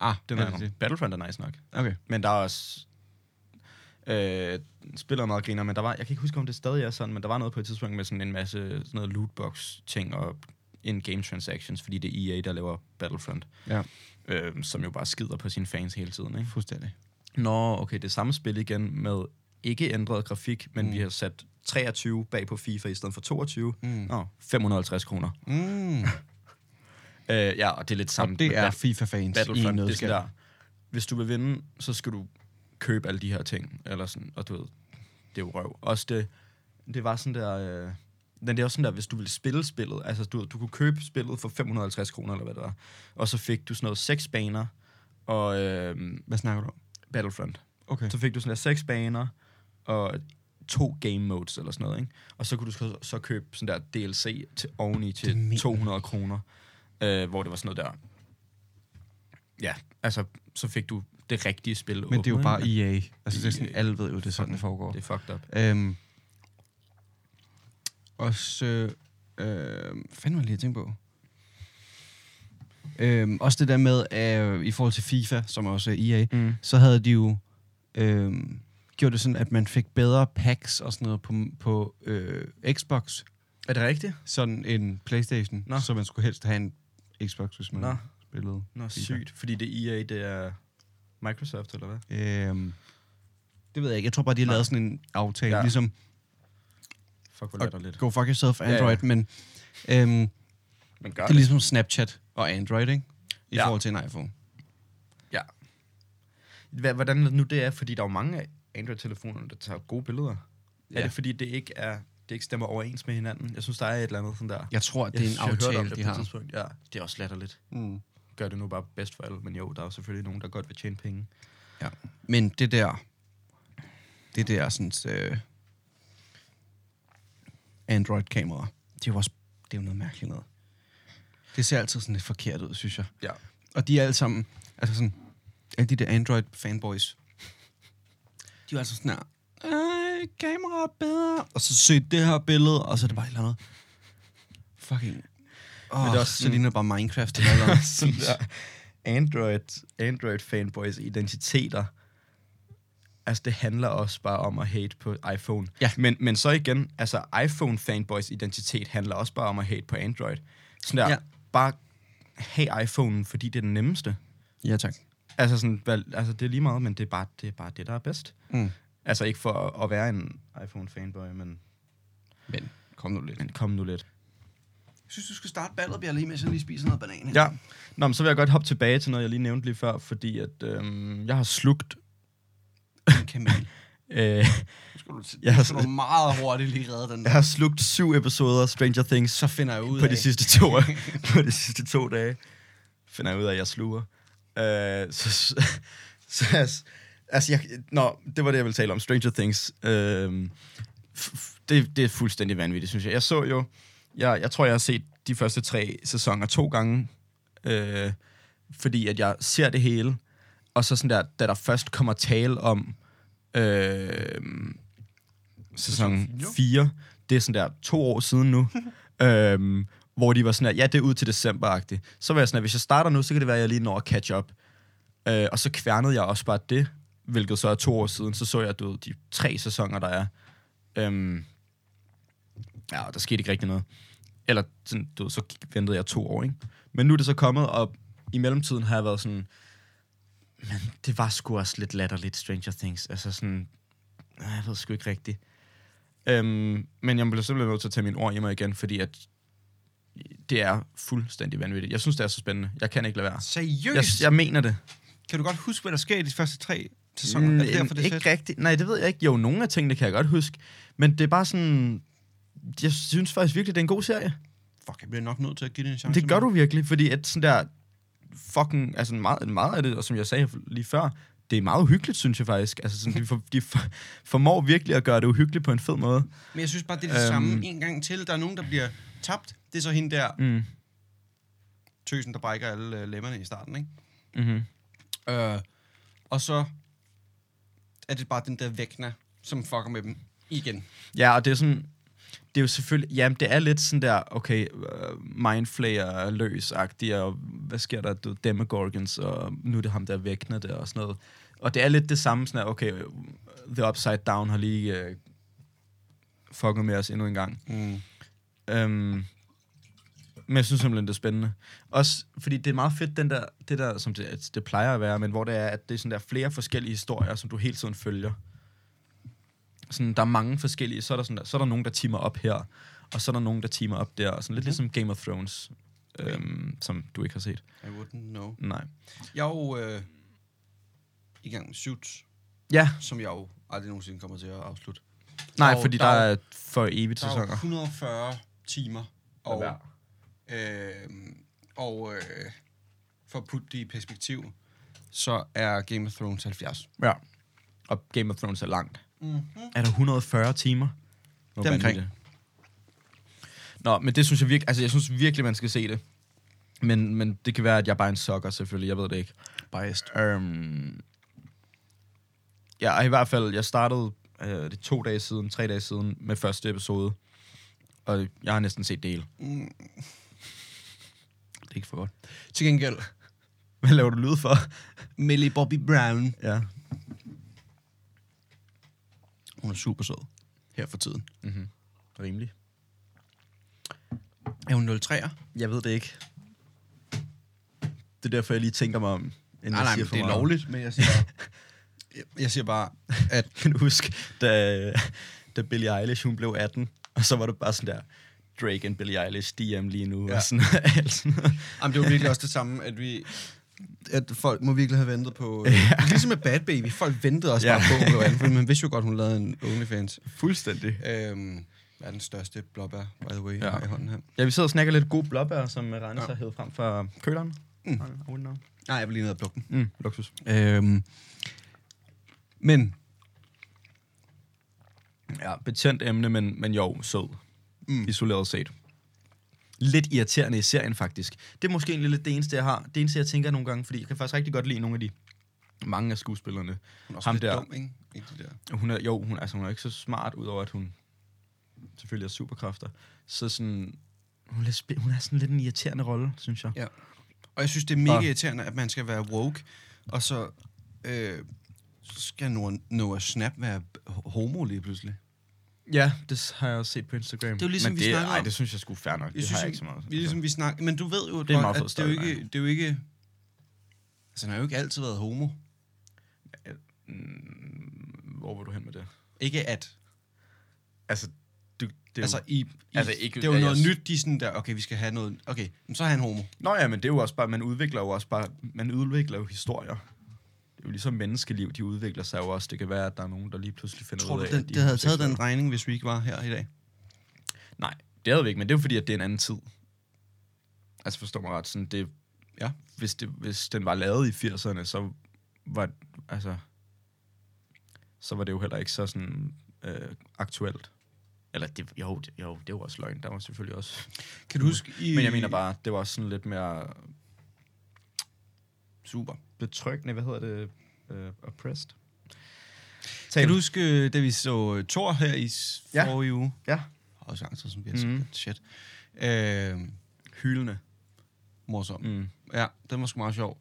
Ah, Den er, er Battlefront er nice nok. Okay. Men der er også... Øh, spiller meget griner, men der var, jeg kan ikke huske, om det stadig er sådan, men der var noget på et tidspunkt med sådan en masse sådan noget lootbox-ting og in-game transactions, fordi det er EA, der laver Battlefront, Ja, øh, som jo bare skider på sine fans hele tiden. Ikke? fuldstændig. Nå, okay, det er samme spil igen med ikke ændret grafik, men mm. Mm. vi har sat 23 bag på FIFA i stedet for 22. Mm. Mm. Nå, 550 kroner. [LAUGHS] Mm. Øh, ja, og det er lidt samme. Og det med er Bat- FIFA-fans i Battlefront. Det er nødskal. sådan der, hvis du vil vinde, så skal du købe alle de her ting, eller sådan, og du ved, det er jo røv. Også det, det var sådan der, øh, men det er også sådan der, hvis du ville spille spillet, altså du, ved, du kunne købe spillet for 550 kroner, eller hvad det var, og så fik du sådan noget seks baner, og øh, Hvad snakker du om? Battlefront. Okay. Så fik du sådan der seks baner, og to game modes eller sådan noget, ikke? Og så kunne du så, så købe sådan der DLC til oveni Det mener til jeg 200 kroner, øh, hvor det var sådan noget der... Ja, altså, så fik du det rigtige spil. Men det er jo åbnet, bare ikke? EA. Altså, det er sådan, EA. alle ved jo, det er sådan, det foregår. Det er fucked up. Øhm, og så... Øh, fanden var det lige at tænke på? Øhm, også det der med, øh, i forhold til FIFA, som også er EA, Mm. så havde de jo øh, gjort det sådan, at man fik bedre packs og sådan noget på, på øh, Xbox, Er det rigtigt? sådan en Playstation, Nå. Nå. så man skulle helst have en Xbox, hvis man Nå. Nå. spillede. Nå, FIFA. sygt. Fordi det EA, det er Microsoft, eller hvad? Øhm, det ved jeg ikke. Jeg tror bare, de har Nej. lavet sådan en aftale, Ja. ja. ligesom Fuck, hvor Og- latter lidt. go fuck yourself Ja, ja. Android, ja, ja. men øhm, Men gør det er ligesom Snapchat og Android, ikke? I Ja. ja. forhold til en iPhone. Hva- hvordan nu det er, fordi der er jo mange af Android-telefonerne, der tager gode billeder. Ja. Er Ja. det fordi, det ikke, er, det ikke stemmer overens med hinanden? Jeg synes, der er et eller andet sådan der. Jeg tror, at det er en synes, jeg hørte om aftale, det de på et har. Tidspunkt. Ja, det er også latterligt. Mm. Gør det nu bare bedst for alle, men jo, der er jo selvfølgelig nogen, der godt vil tjene penge. Ja. Men det der, det der sådan, øh, Android-kamera, det er jo også det er jo noget mærkeligt noget. Det ser altid sådan lidt forkert ud, synes jeg. Ja. Og de er alle sammen, altså sådan, alle de der Android-fanboys, de er altså sådan her, øh, kamera er bedre, og så se det her billede, og så er det bare et eller andet. Fucking. Oh, Men det er også så sådan- ligner det bare Minecraft eller noget. Sådan der Android, Android-fanboys identiteter. Altså, det handler også bare om at hate på iPhone. Ja. Men, men så igen, altså, iPhone-fanboys identitet handler også bare om at hate på Android. Sådan der, ja. Ja. bare have iPhone'en, fordi det er den nemmeste. [LAUGHS] Ja, tak. Altså, sådan, hvad- altså, det er lige meget, men det er bare det, er bare det der er bedst. Mm. Altså, ikke for at, at være en iPhone-fanboy, men, Men kom nu lidt. men kom nu lidt. Jeg synes, du skal starte ballet, Bjerre, lige mens jeg lige spiser noget banan. Ja. Nå, men så vil jeg godt hoppe tilbage til noget, jeg lige nævnte lige før, fordi at øhm, jeg har slugt... En kamel. Øh, Nu skal du, Jeg har- nu skal du meget hurtigt lige redde den jeg har slugt syv episoder af Stranger Things Så finder jeg ud på af... de sidste [LAUGHS] to, på de sidste to dage. Finder jeg ud af, at jeg sluger. Øh, så, så, så altså, altså jeg, nå, det var det, jeg ville tale om. Stranger Things. Øh, f- f- det, det er fuldstændig vanvittigt, synes jeg. Jeg så jo, jeg, jeg tror, jeg har set de første tre sæsoner to gange. Øh, fordi at jeg ser det hele, og så sådan der, da der først kommer tale om øh, sæson fire. 4, det er sådan der to år siden nu, øhm, hvor de var sådan der, ja, det er ud til december -agtigt. Så var jeg sådan der, hvis jeg starter nu, så kan det være, at jeg lige når at catch up. Øh, og så kværnede jeg også bare det, hvilket så er to år siden, så så jeg, du ved, de tre sæsoner, der er. Øhm, ja, og der skete ikke rigtig noget. Eller sådan, du ved, så gik- ventede jeg to år, ikke? Men nu er det så kommet, og i mellemtiden har jeg været sådan, men det var sgu også lidt latterligt, Stranger Things. Altså sådan, "Ah, jeg ved sgu ikke rigtigt. Øhm, men jeg blev simpelthen nødt til at tage mine ord i mig igen, fordi at det er fuldstændig vanvittigt. Jeg synes, det er så spændende. Jeg kan ikke lade være. Jeg, Seriøst? jeg mener det. Kan du godt huske, hvad der sker i de første tre sæsoner? Mm, er det derfor, det er ikke fedt? rigtigt. Nej, det ved jeg ikke. Jo, nogle af tingene kan jeg godt huske. Men det er bare sådan... Jeg synes faktisk virkelig, det er en god serie. Fuck, jeg bliver nok nødt til at give det en chance. Det gør du mand. virkelig, fordi at sådan der fucking, altså meget, meget af det, og som jeg sagde lige før, det er meget uhyggeligt, synes jeg faktisk. Altså sådan, de, for, de for, formår virkelig at gøre det uhyggeligt på en fed måde. Men jeg synes bare, det er det øhm. Øhm. samme en gang til. Der er nogen, der bliver tabt. Det er så hende der, Mm. tøsen, der brækker alle øh, lemmerne i starten, ikke? Mm-hmm. Øh, og så er det bare den der vækner, som fucker med dem igen. Ja, og det er sådan, det er jo selvfølgelig, jamen det er lidt sådan der, okay, uh, mindflayer løs og hvad sker der, du, ved, demogorgons, og nu er det ham, der vækner det, og sådan noget. Og det er lidt det samme, sådan der, okay, øh, The Upside Down har lige uh, fucket med os endnu en gang. Mm. Øhm, men jeg synes simpelthen, det er spændende. Også fordi det er meget fedt, den der, det der, som det, det plejer at være, men hvor det er, at det er sådan der flere forskellige historier, som du hele tiden følger. Sådan, der er mange forskellige, så er der, sådan der, så er der nogen, der timer op her, og så er der nogen, der timer op der, og sådan lidt Mhm. ligesom Game of Thrones, øhm, som du ikke har set. I wouldn't know. Nej. Jeg er jo øh, i gang med Suits, Ja, som jeg jo aldrig nogensinde kommer til at afslutte. nej, Der er jo- fordi der der, er er for evigt Der er jo sæsoner. 140 timer. Og, hver. øh, og øh, for at putte det i perspektiv, så er Game of Thrones 70. Ja. Og Game of Thrones er langt. Mm-hmm. Er der 140 timer? Hvor Det er omkring. vanvittigt. Nå, men det synes jeg virkelig, altså jeg synes virkelig, man skal se det. Men, men det kan være, at jeg bare er en sokker, selvfølgelig. Jeg ved det ikke. Biased. Um, ja, og i hvert fald, jeg startede øh, det er to dage siden, tre dage siden, med første episode. Og jeg har næsten set det hele. Mm. Det er ikke for godt. Til gengæld, Hvad laver du lyd for? Millie Bobby Brown. Ja. Hun er super sød her for tiden. Mm-hmm. Rimelig. Er hun 03'er? Jeg ved det ikke. Det er derfor, jeg lige tænker mig om, inden Ah, Nej, nej, men det er [LAUGHS] lovligt, men jeg siger bare, jeg- jeg siger bare at kan du huske, da, da Billie Eilish hun blev 18, og så var det bare sådan der, Drake and Billie Eilish, DM lige nu, Ja. ja. og sådan alt sådan noget. [LAUGHS] [LAUGHS] jamen, det var virkelig også det samme, at vi at folk må virkelig have ventet på... [LAUGHS] Øh, Ligesom med Bad Baby, folk ventede også Ja. bare på, at hun blev anden, fordi man vidste jo godt, hun lavede en OnlyFans. Fuldstændig. Øhm, er den største blåbær, by the way, Ja. ja. i hånden her. Ja, vi sidder og snakker lidt gode blåbær, som Rane Ja. så hed frem fra køleren. Mm. Mm. Nej, jeg vil lige ned og plukke den. Mm, luksus. Øhm, men, Ja, betændt emne, men, men jo, sød. Mm. Mm. Isoleret set. Lidt irriterende i serien, faktisk. Det er måske egentlig lidt det eneste, jeg har. Det eneste, jeg tænker nogle gange, fordi jeg kan faktisk rigtig godt lide nogle af de mange af skuespillerne. hun er også Ham lidt der. dum, ikke? ikke det der. Hun er, jo, hun, altså, hun er ikke så smart, udover at hun selvfølgelig har superkræfter. Så sådan, hun er, lidt spe- hun er sådan lidt en irriterende rolle, synes jeg. Ja. Og jeg synes, det er mega Og- irriterende, at man skal være woke, og så øh, skal Noah, Noah Snap være h- homo lige pludselig. Ja, det har jeg også set på Instagram. Det er jo ligesom, Men vi det, snakkede ej, om. det synes jeg skulle fair nok. Jeg det synes, har jeg ikke så meget. Vi, ligesom, vi snakker, men du ved jo, Det er en meget godt, fed at det er jo storyline. ikke... Det er jo ikke altså, han har jo ikke altid været homo. Altså, Mm, Hvor var du hen med det? Ikke at. Altså, du, det er altså, jo... i, i, altså, ikke- det er jo jeg- noget jeg- nyt, de er sådan der, okay, vi skal have noget... Okay, men så er han homo. Nå ja, men det er jo også bare, man udvikler jo også bare, man udvikler jo historier. Det er jo ligesom menneskeliv, de udvikler sig jo også. Det kan være, at der er nogen, der lige pludselig finder Tror ud du, af, den, at de det havde taget homoseksuelle. den regning, hvis vi ikke var her i dag? Nej, det havde vi ikke, men det er jo fordi, at det er en anden tid. Altså forstår mig ret, sådan det... Ja. Hvis, det, hvis den var lavet i 80'erne, så var, altså, så var det jo heller ikke så sådan øh, aktuelt. Eller det, jo, det, jo, det var også løgn, der var selvfølgelig også... Kan du huske i... Men jeg mener bare, det var også sådan lidt mere Super. betryggende, hvad hedder det, uh, oppressed. Tag Kan du huske, øh, da vi så Thor her i s- Ja. forrige uge? Ja. Også lang tid, som vi Mhm. har mm. Shit. Øh, hyldende? morsom. Mm. Mm. Ja, den var sgu meget sjov.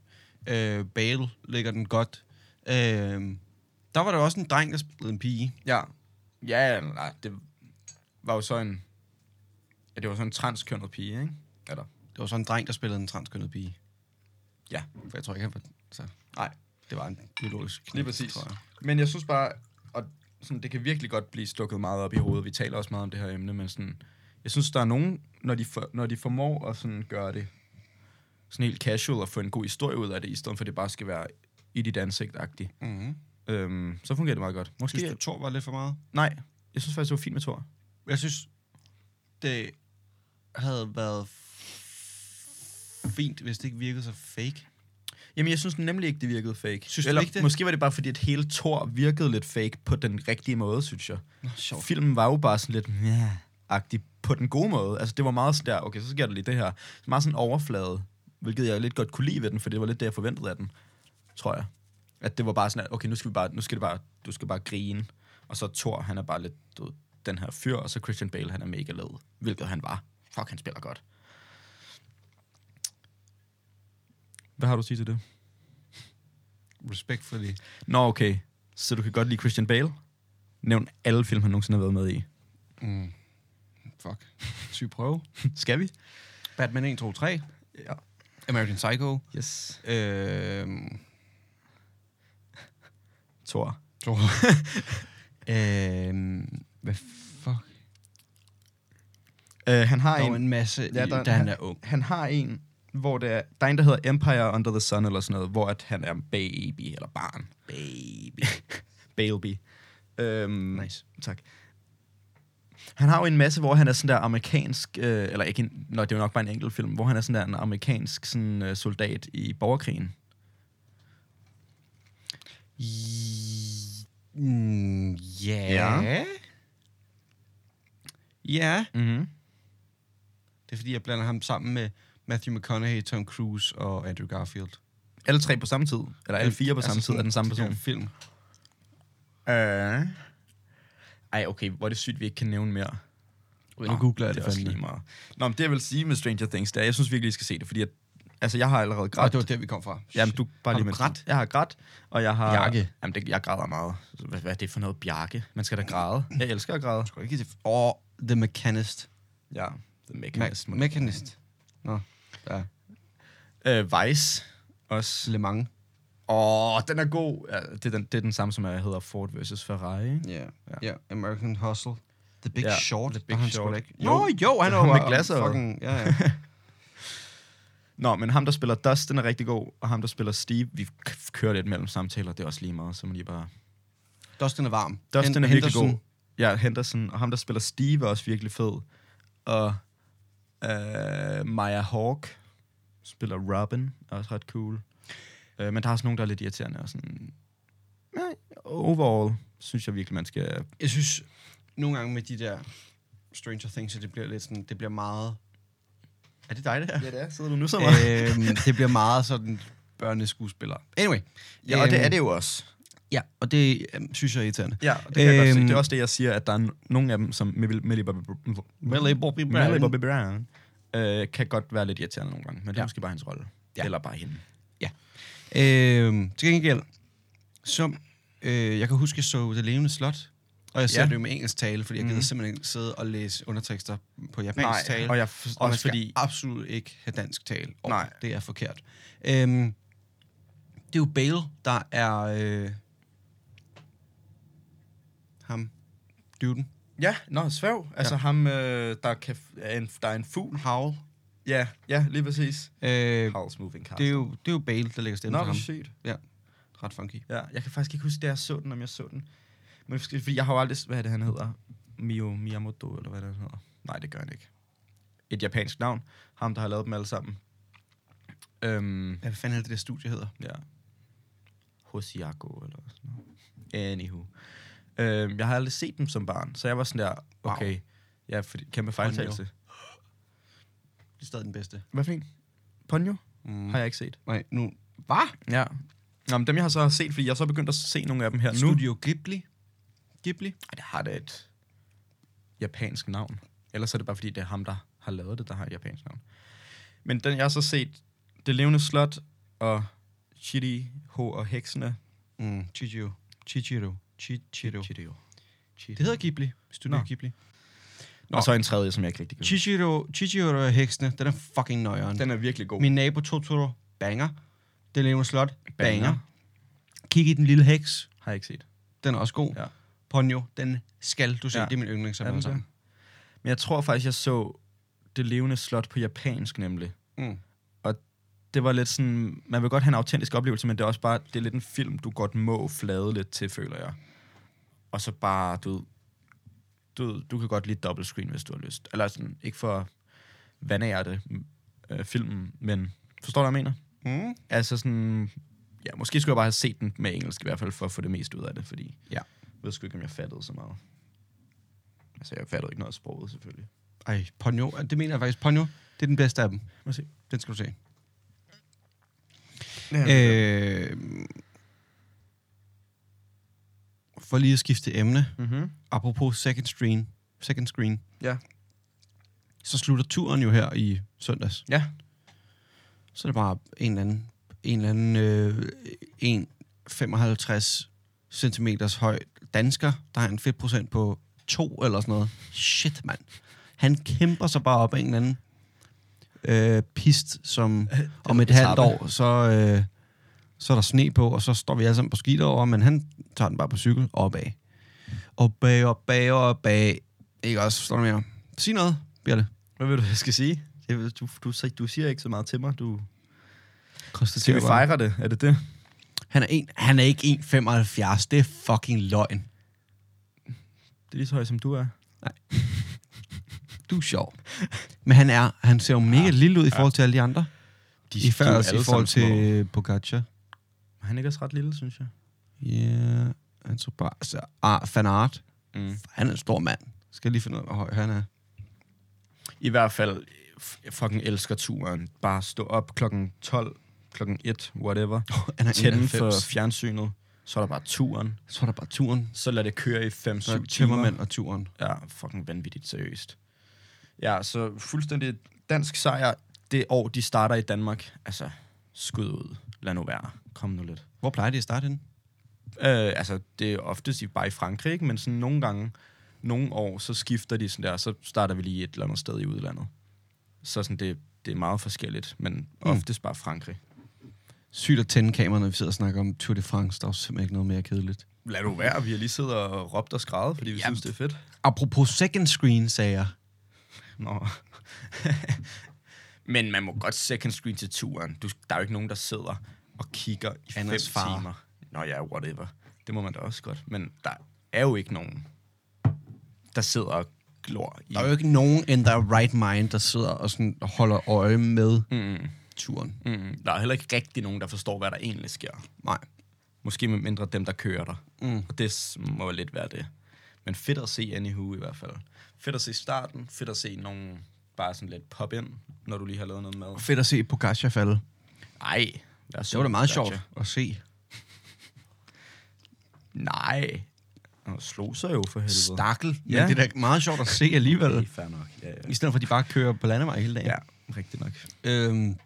Øh, Bale ligger den godt. Øh, der var der også en dreng, der spillede en pige. Ja. Ja, nej, det var jo så en... Ja, det var sådan en transkønnet pige, ikke? Eller? Det var så en dreng, der spillede en transkønnet pige. Ja. For jeg tror ikke, han var... Så, Nej. det var en biologisk knægt, Lige præcis. tror jeg. Men jeg synes bare, og sådan, det kan virkelig godt blive stukket meget op i hovedet. Vi taler også meget om det her emne, men sådan, jeg synes, der er nogen, når de, for, når de formår at sådan gøre det sådan helt casual og få en god historie ud af det, i stedet for at det bare skal være i dit ansigt-agtigt, Mm-hmm. øhm, så fungerer det meget godt. Måske, Synes du, Thor var lidt for meget? nej, jeg synes faktisk, det var fint med Thor. Jeg synes, det havde været f- fint, hvis det ikke virkede så fake. Jamen, jeg synes nemlig ikke, det virkede fake. Synes du Eller ikke det? måske var det bare fordi, at hele Thor virkede lidt fake på den rigtige måde, synes jeg. Nå, sjovt. Filmen var jo bare sådan lidt ja agtig på den gode måde. Altså, det var meget sådan der, okay, så sker der lige det her. Så meget sådan overflade, hvilket jeg lidt godt kunne lide ved den, for det var lidt det, jeg forventede af den, tror jeg. At det var bare sådan, at okay, nu skal, vi bare, nu skal det bare, du skal bare grine. Og så Thor, han er bare lidt du, ved, den her fyr, og så Christian Bale, han er mega led, hvilket han var. Fuck, han spiller godt. Hvad har du at sige til det? Respectfully. Nå, okay. Så du kan godt lide Christian Bale? Nævn alle film, han nogensinde har været med i. [LAUGHS] Mm. Fuck. Syg prøve. Skal vi? Batman 1, 2, 3. Ja. American Psycho. Yes. Øh, Thor. [LAUGHS] Thor. øh, hvad fuck? Uh, han har Der er jo en, en masse, Ja, ja, der- der, da han er ung. han har en, hvor der, der er en, der hedder Empire Under the Sun, eller sådan noget, hvor at han er baby, eller barn. Baby. [LAUGHS] baby. Øhm, Nice. Tak. Han har jo en masse, hvor han er sådan der amerikansk, øh, eller ikke, en, nå, det er jo nok bare en enkelt film, hvor han er sådan der en amerikansk sådan, øh, soldat i borgerkrigen. Mm, Ja. ja. Ja. Mm-hmm. Det er fordi, jeg blander ham sammen med Matthew McConaughey, Tom Cruise og Andrew Garfield. Alle tre på samme tid, eller alle fire på samme altså tid, er den samme person. Det er en film. Øh. Ej, okay, hvor er det sygt, vi ikke kan nævne mere. Nu googler det jeg det er også fandme. lige meget. Nå, men det jeg vil sige med Stranger Things, det er, jeg synes virkelig, I skal se det, fordi at, altså, jeg har allerede Og grædt. det var der, vi kom fra. Jamen, du bare lige Har du med- grædt? Jeg har grædt, og jeg har... Bjarke. Jamen, det, jeg græder meget. Hvad, hvad er det for noget bjarke? Man skal da græde. Jeg elsker at græde. Skal ikke til... Åh, The Mechanist. Ja, The Mechanist. Mechanist. Me- Mechanist. Nå, ja. øh, Vice også. Le Mans. Åh, oh, den er god. Ja, det, er den, det er den samme, som jeg hedder Ford vs. Ferrari. ikke? Ja. ja. American Hustle. The Big Ja, Short. The Big var han sgu Short. da ikke. Jo. Jo, jo, han Det er er ham [LAUGHS] jo med bare glasset. Fucking, ja, ja. Nå, men ham, der spiller Dust, den er rigtig god, og ham, der spiller Steve, vi k- kører lidt mellem samtaler, det er også lige meget, så man lige bare... [LAUGHS] Dustin er varm. Dustin Hen- er virkelig Henderson. god. Ja, Henderson, og ham, der spiller Steve, er også virkelig fed. Og øh, Maya Hawk spiller Robin, er også ret cool. Øh, men der er også nogen, der er lidt irriterende, og sådan... Nej, overall, synes jeg virkelig, man skal... Jeg synes, nogle gange med de der Stranger Things, at det bliver lidt sådan, det bliver meget... Er det dig, det her? det er. Sidder du nu så meget? øhm, det bliver meget sådan børneskuespiller. Anyway. øhm, Ja, og det er det jo også. Ja, og det øhm, synes jeg er irriterende. Ja, det kan øhm, jeg godt se. Øhm. Det er også det, jeg siger, at der er n- nogle af dem, som Millie Millie Bobby Millie Bobby Brown. Millie Bobby Brown øh, kan godt være lidt irriterende nogle gange, men det er ja. Ja. måske bare hendes rolle. Ja. Ja. Eller bare hende. Øhm, til gengæld, som øh, jeg kan huske, jeg så Det Levende Slot, og jeg ser Ja. det jo med engelsk tale, fordi jeg Mhm. gider simpelthen ikke sidde og læse undertekster på japansk tale. og jeg for, Og man også skal fordi... fordi... absolut ikke have dansk tale. Og Nej. Det er forkert. Øhm, det er jo Bale, der er øh, ham, duden, Ja, nå, svæv. Altså ja. ham, øh, der, kan, er en, der er en fugl. Howl. Ja, ja, lige præcis. Øh, Howl's Moving Castle. det, er jo, det er jo Bale, der lægger stemme Nå, til hvor ham. sygt. Ret funky. Ja, jeg kan faktisk ikke huske, da jeg så den, om jeg så den. Men måske- fordi jeg har jo aldrig... Hvad er det, han hedder? Mio Miyamoto, eller hvad det, han hedder? Nej, det gør han ikke. Et japansk navn. Ham, der har lavet dem alle sammen. Øhm, Hvad fanden er det, der studie hedder? ja. Hosiako, eller sådan noget. Anywho. Øhm, jeg har aldrig set dem som barn, så jeg var sådan der, okay, wow. ja, for, kæmpe fejltagelse. Det er stadig den bedste. Hvad for en? Ponyo? Mm. Har jeg ikke set. Nej, nu Hvad? Ja. Nå, men dem jeg har så set, fordi jeg er så begyndt at se nogle af dem her nu. Studio Ghibli. Ghibli? Ej, Det har da et japansk navn. Ellers er det bare fordi, det er ham, der har lavet det, der har et japansk navn. Men den, jeg har så set, Det Levende Slot og Chidi Ho og Heksene. Mm, Chichiro. Chichiro. Chichiro. Chidi Ho. Det hedder Ghibli. Studio Nå. Nå. Ghibli. Og så en tredje, som jeg ikke rigtig kan huske. Chichiro, Chichiro og heksene, den er fucking nøjeren. Den. Den er virkelig god. Min nabo Totoro, banger. Det levende slot, banger. Banger. banger. Kig i den lille heks, Har jeg ikke set. den er også god. Ja. Ja. Ponyo, den skal du se. Ja. Ja. Det er min yndlings Er den sammen. det? Men jeg tror faktisk, jeg så Det Levende Slot på japansk nemlig. Mm. Og det var lidt sådan, man vil godt have en autentisk oplevelse, men det er også bare, det er lidt en film, du godt må flade lidt til, føler jeg. Og så bare, du ved, du, ved, du kan godt lide double screen, hvis du har lyst. Eller sådan, ikke for vandære det, øh, filmen, men forstår du, hvad jeg mener? Mm. Altså sådan, ja, måske skulle jeg bare have set den med engelsk i hvert fald, for at få det mest ud af det, fordi Ja. jeg ved sgu ikke, om jeg fattede så meget. Altså, jeg fattede ikke noget af sproget, selvfølgelig. Ej, Ponyo, det mener jeg faktisk. Ponyo, det er den bedste af dem. Må se. Den skal du se. Ja. Øh, Øh, for lige at skifte emne, mm-hmm. apropos second screen, second screen, Ja. så slutter turen jo her i søndags. Ja. Så er det bare en eller anden, en eller anden øh, en 55 cm høj dansker, der har en fedtprocent på to eller sådan noget. Shit, mand. Han kæmper sig bare op af en eller anden øh, pist, som om et halvt etape. år, så, øh, så er der sne på, og så står vi alle sammen på skidt over, men han tager den bare på cykel opad. Opad, opad, opad. Ikke også, står der mere. Sig noget, bliver det. Hvad vil du, jeg skal sige? Det, du, du, du siger ikke så meget til mig. Du, skal Konstaterer vi bare. fejre det? Er det det? Han er, en, han er ikke 1,75. Det er fucking løgn. Det er lige så høj, som du er. Du er sjov. Men han er, han ser jo mega ja, lille ud i forhold til alle de andre. De, I, færd, i forhold til øh, Pogacar. Han er ikke også ret lille, synes jeg. Ja, yeah, han så bare... Altså, ah, fanart. Mm. Han er en stor mand. Skal jeg lige finde ud af, hvor høj han er. I hvert fald, jeg fucking elsker turen. Bare stå op klokken 12, klokken 1, whatever. Han er Tænde 91. for fjernsynet. Så er der bare turen. Så er der bare turen. Så lad det køre i Så er 5-7 der timer. tømmermænd og turen. Ja, fucking vanvittigt seriøst. Ja, så fuldstændig dansk sejr det år, de starter i Danmark. Altså, skud ud. Lad nu være. Kom nu lidt. Hvor plejer de at starte henne? Øh, altså, det er oftest i, bare i Frankrig, ikke? men sådan nogle gange, nogle år, så skifter de sådan der, så starter vi lige et eller andet sted i udlandet. Så sådan, det, det er meget forskelligt, men oftest bare Frankrig. Sygt at tænde kameraet, når vi sidder og snakker om Tour de France. Der er jo simpelthen ikke noget mere kedeligt. Lad du være, vi har lige siddet og råbt og skrevet, fordi vi Jamen. synes, det er fedt. Apropos second screen, sagde jeg. Nå. [LAUGHS] men man må godt second screen til turen. Du, der er jo ikke nogen, der sidder og kigger i Anders fem far. timer. Nå ja, whatever. Det må man da også godt. Men der er jo ikke nogen, der sidder og glor i Der er jo ikke nogen in their right mind, der sidder og sådan holder øje med mm. turen. Mm, der er heller ikke rigtig nogen, der forstår, hvad der egentlig sker. Nej. Måske med mindre dem, der kører der. Mm. Og det s- må lidt være det. Men fedt at se Anywho i hvert fald. Fedt at se starten. Fedt at se nogen bare sådan lidt pop ind, når du lige har lavet noget mad. Fedt at se Pogacar falde. Ej, vær Det sød, var da meget Katja. sjovt at se. Nej. Han slog sig jo for helvede. Stakkel. Ja. Ja. Men det er da meget sjovt at se [LAUGHS] Det er alligevel. fair nok. Ja, ja. I stedet for, at de bare kører på landevej hele dagen. ja rigtig nok. Øhm,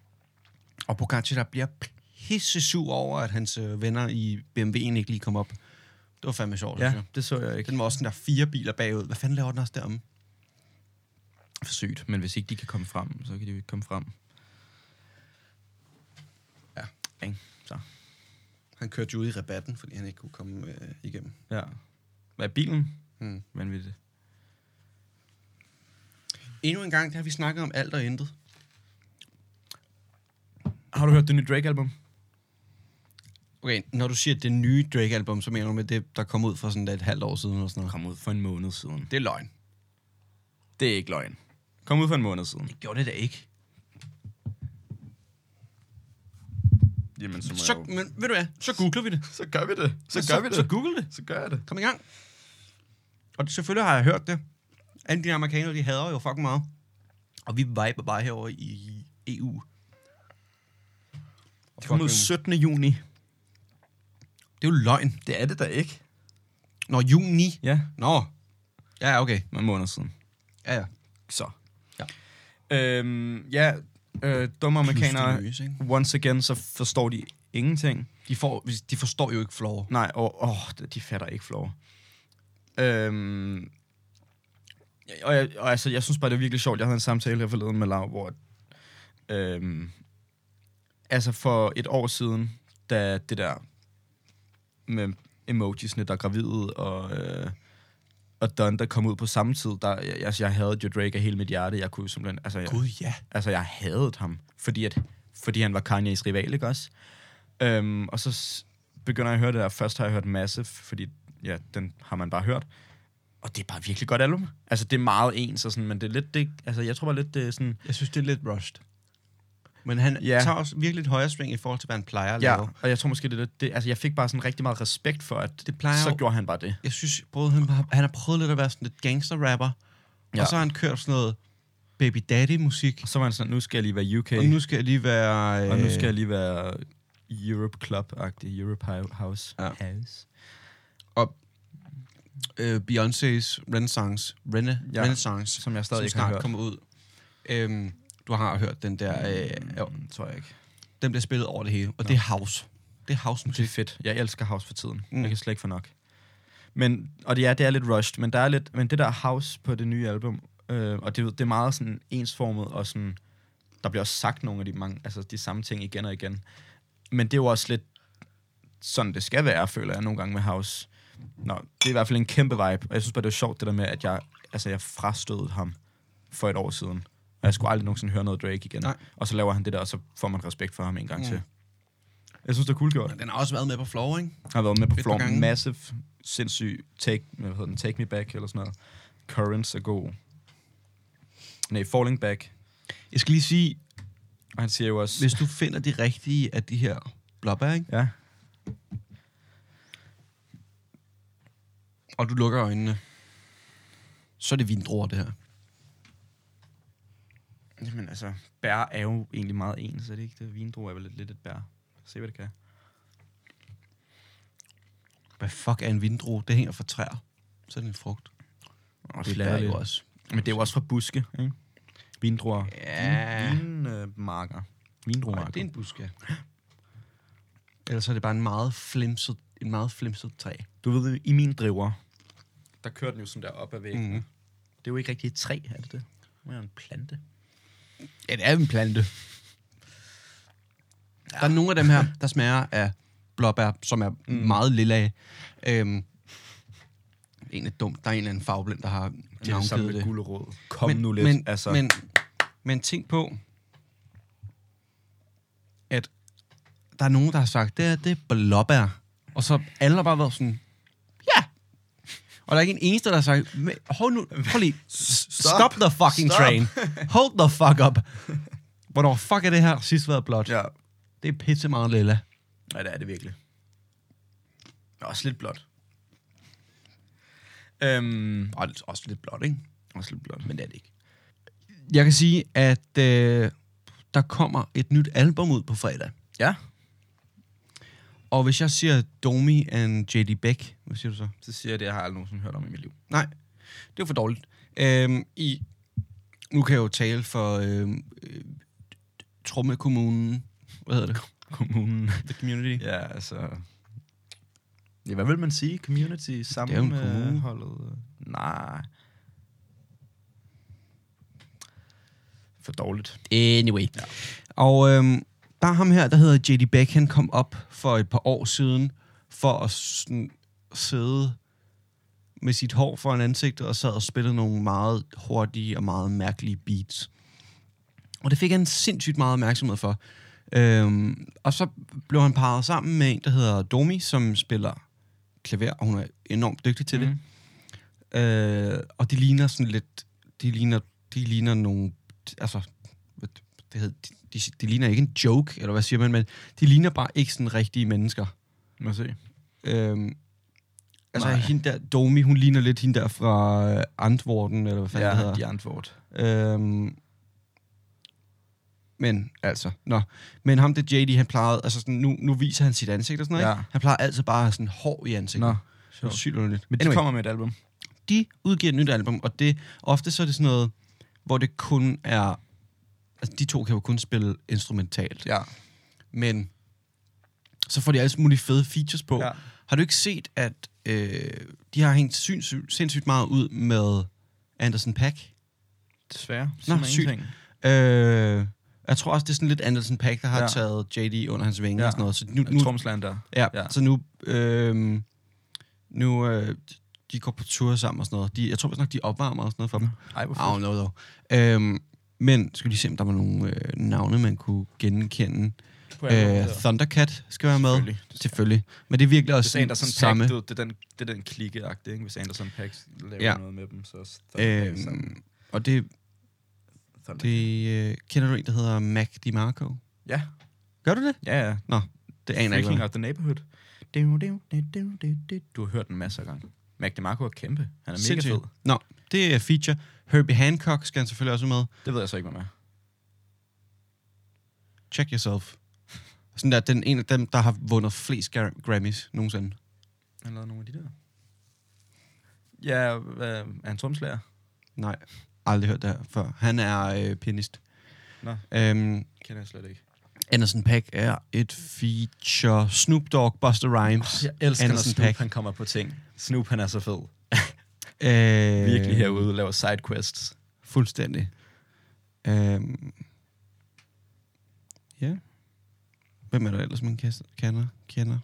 og Pogacar, der bliver pisse sur over, at hans øh, venner i BMW'en ikke lige kom op. Det var fandme sjovt, synes Ja, jeg. det så jeg ikke. Den var også sådan der fire biler bagud. Hvad fanden laver den også deromme? For sygt. Men hvis ikke de kan komme frem, så kan de jo ikke komme frem. Ja. Ikke? Så. Han kørte jo ud i rabatten, fordi han ikke kunne komme øh, igennem. Ja. Hvad er bilen? Hmm. Mm. Vanvittigt. Endnu en gang, der har vi snakket om alt og intet. Har du hørt det nye Drake-album? Okay, når du siger det nye Drake-album, så mener du med det, der kom ud for sådan et halvt år siden eller sådan noget? Kom ud for en måned siden. Det er løgn. Det er ikke løgn. Kom ud for en måned siden. Gjorde det da ikke. Jamen, så må Så, men ved du hvad, så googler vi det. så gør vi det. Så gør vi det. Så google det. Så gør jeg det. Kom i gang. Og det- selvfølgelig har jeg hørt det. Alle de amerikanere, de hader jo fucking meget. E Og vi viber bare herover i EU. Det kom ud 17. juni. Det er jo løgn. Det er det da ikke. Nå, juni. Ja, Nå. Ja, okay. med en måned siden. Ja, ja. Så. Ja. Øhm, ja, øh, dumme amerikanere, Plus det løse, once again, så forstår de ingenting. De, får, de forstår jo ikke floor. Nej, og åh, de fatter ikke flow. Øhm, og, jeg, og altså, jeg synes bare, det er virkelig sjovt. Jeg havde en samtale her forleden med Lav, hvor... Øhm, altså, for et år siden, da det der med emojisene, der er gravide, og, øh, og Don, der kom ud på samme tid, der, jeg, altså, jeg havde jo Drake af hele mit hjerte. Jeg kunne jo simpelthen... Altså, jeg, Gud, ja. Altså, jeg hadede ham, fordi, at, fordi han var Kanye's rival, ikke også? Øhm, og så s- begynder jeg at høre det der. Først har jeg hørt Massive, fordi ja, den har man bare hørt. Og det er bare virkelig godt album. Altså, det er meget ens og sådan, men det er lidt... Det, altså, jeg tror bare lidt, det er sådan... Jeg synes, det er lidt rushed. Men han Ja. ja. tager også virkelig et højere sving i forhold til, hvad han plejer at Ja, lave. og jeg tror måske, det er lidt det. Altså, jeg fik bare sådan rigtig meget respekt for, at Det plejer så jo- gjorde han bare det. Jeg synes, både han, har- han har prøvet lidt at være sådan lidt gangster-rapper, ja. Ja. og så har han kørt sådan noget baby daddy-musik, Og så var han sådan, nu skal jeg lige være UK, okay. og nu skal jeg lige være... og nu skal jeg lige være Europe Club-agtig, Europe Hi- House. Ja. House. øh, Beyoncé's Renaissance, Rene, Ja. ja. Renaissance, Som jeg stadig som ikke har snart hørt. kommer ud. Øhm, du har hørt den der... Øh, jo, Mm, tror jeg ikke. den bliver spillet over det hele, og det er house. Det er house Det er musik. fedt. Jeg elsker house for tiden. Mm. Mm. Jeg kan slet ikke få nok. Men, og det er, det er lidt rushed, men, der er lidt, men det der house på det nye album, øh, og det, det er meget sådan ensformet, og sådan, der bliver også sagt nogle af de, mange, altså de samme ting igen og igen. Men det er jo også lidt sådan, det skal være, føler jeg nogle gange med house. Nå, det er i hvert fald en kæmpe vibe, og jeg synes bare, det er sjovt det der med, at jeg, altså, jeg frastødede ham for et år siden. Og jeg skulle aldrig nogensinde høre noget Drake igen. Nej. Og så laver han det der, og så får man respekt for ham en gang Mm. mm. til. Jeg synes, det er cool gjort. Men Den har også været med på floor, ikke? Har været med på Et par Floor. gange. Massive, sindssyg take, hvad hedder den, take Me Back eller sådan noget. Currents er god. Nej, Falling Back. Jeg skal lige sige, Og han siger jo også... hvis du finder de rigtige af de her blåbær, ikke? Ja. og du lukker øjnene, så er det vindruer, det her. Jamen altså, bær er jo egentlig meget ens, er det ikke det? Vindruer er vel lidt, lidt et bær. Se, hvad det kan. Hvad fuck er en vindrue? Det hænger fra træer. Så er det en frugt. Og det er jo også. Men det er jo også fra buske, ikke? Vindruer. Ja. Vinmarker. Vindruer. Nej, det er en busk, ja. Ellers er det bare en meget flimset, en meget flimset træ. Du ved, i min driver, der kører den jo sådan der op ad væggen. Mhm. Mm. Det er jo ikke rigtig et træ, er det det? Det er jo en plante. Ja, det er en plante. Ja. Der er nogle af dem her, der smager af blåbær, som er mm. meget lilla af. Øhm, egentlig dumt. Der er en eller anden fagblind, der har Det er det samme navngivet med det. gulerod. Kom men, nu lidt. Men, altså, men, men, men tænk på, at der er nogen, der har sagt, det er det er blåbær. Og så alle har bare været sådan, ja. Og der er ikke en eneste, der har sagt, "Men hold nu, prøv [LAUGHS] lige, stop, stop the fucking Stop. stop. [LAUGHS] train. Hold the fuck up. Hvornår fuck er det her sidst været blåt? ja. Det er pisse meget lilla. ja, det er det virkelig. Det er Også lidt blåt. Øhm, Og også lidt blåt, ikke? også lidt blåt. Men det er det ikke. Jeg kan sige, at øh, der kommer et nyt album ud på fredag. Ja, Og hvis jeg siger Domi and J.D. Beck, hvad siger du så? så siger jeg det, jeg har aldrig nogensinde hørt om i mit liv. Nej, det var for dårligt. Øhm, I, nu kan jeg jo tale for øhm, øh, Trumme Kommunen. Hvad hedder det? Kommunen. The Community. Ja, altså... Ja, hvad vil man sige? Community Det er jo en sammen kommune. med holdet? øh. Nej. For dårligt. Anyway. Ja. Og øhm, der er ham her, der hedder J.D. Beck. Han kom op for et par år siden for at sådan, sidde med sit hår foran ansigtet og sad og spillede nogle meget hurtige og meget mærkelige beats. Og det fik han sindssygt meget opmærksomhed for. Øhm, og så blev han parret sammen med en, der hedder Domi, som spiller klaver, og hun er enormt dygtig til mm. det. Øh, og de ligner sådan lidt, de ligner, de ligner nogle, altså, hvad det hed, de, de, de ligner ikke en joke, eller hvad siger man, men de ligner bare ikke sådan rigtige mennesker. Må se. Øhm, altså, Nej. Nej. hende der, Domi, hun ligner lidt hende der fra øh, Antworten, eller hvad fanden ja, det Ja, hedder. de antwort. Øhm, Men altså, nå. Men ham, det JD, han plejede, altså sådan, nu, nu viser han sit ansigt og sådan noget, Ja. ja. Han plejer altid bare at have sådan hår i ansigtet. Nå, Nå. Det er sygt underligt. Men de Anyway. anyway. kommer med et album. de udgiver et nyt album, og det, ofte så er det sådan noget, hvor det kun er... Altså, de to kan jo kun spille instrumentalt. Ja. Men så får de alle mulige fede features på. Ja. Ja. Har du ikke set, at øh, de har hængt sindssygt, sindssygt meget ud med Anderson Pack? Desværre. Nå, Nå, sygt. sygt. Ingenting. Øh, jeg tror også, det er sådan lidt Anderson Pack, der har Ja. ja. taget JD under hans Ja. vinge ja. og sådan noget. Så nu, Nu... nu, Tromsland der. ja, ja. ja. Så nu, øh, nu øh, de går på tur sammen og sådan noget. De, jeg tror vist nok, de opvarmer og sådan noget for dem. Ej, hvor I don't fedt. know, though. Øhm, men skal vi lige se, om der var nogle øh, navne, man kunne genkende. På albumet Øh, der. Thundercat skal være med. Selvfølgelig. Selvfølgelig. Men det er virkelig også Hvis Anderson samme. Paak, du, ved, det er den, det er den klikke-agtige, ikke? Hvis Anderson Paak laver ja. Ja. noget med dem, så... så- så- Øhm, og det, så- det øh, kender du en, der hedder Mac DiMarco? Ja, Gør du det? ja, ja. Det aner jeg ikke. Freaking hvad- out the neighborhood. Du, du, du, du, du, du. Du har hørt den masser af gange. Mac DeMarco er kæmpe. Han er mega Sindssygt. fed. Nå, det er feature. Herbie Hancock skal han selvfølgelig også med. Det ved jeg så ikke, hvad med. Check yourself. Sådan der, den en af dem, der har vundet flest gar- Grammys nogensinde. Han lavede nogle af de der. Ja, øh, er han tromslærer? Nej, aldrig hørt det her før. Han er øh, pianist. Nå. Øhm, Kender jeg slet ikke. Anderson Pack er et feature. Snoop Dogg, Buster Rhymes. Jeg elsker, Anderson når Snoop Paak. han kommer på ting. Snoop, han er så fed. Øh, Virkelig herude og laver sidequests. Fuldstændig. Øh, ja. Hvem er der ellers, man kas- kender? kender?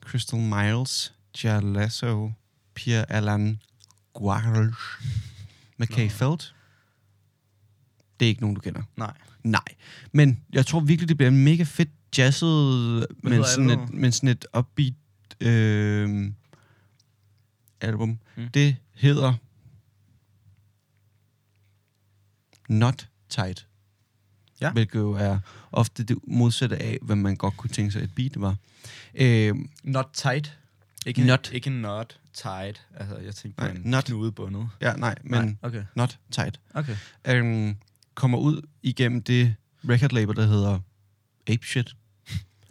Crystal Miles, Jared Lasso, Pierre Alain Guarch, McKay Felt. Det er ikke nogen, du kender. Nej. Nej, men jeg tror virkelig, det bliver en mega fedt jazzet, men hedder sådan, et, albumet? men sådan et upbeat øh, album. Mm. Mm. Det hedder Not Tight. Ja. Hvilket jo er ofte det modsatte af, hvad man godt kunne tænke sig, et beat var. Øh, Not tight. Ikke, Not. ikke not tight. Altså, jeg tænkte på Nej, en not. knudebundet. ja, nej, men nej. Nej, okay. Not Tight. Okay. Øh, kommer ud igennem det record label, der hedder Ape Shit.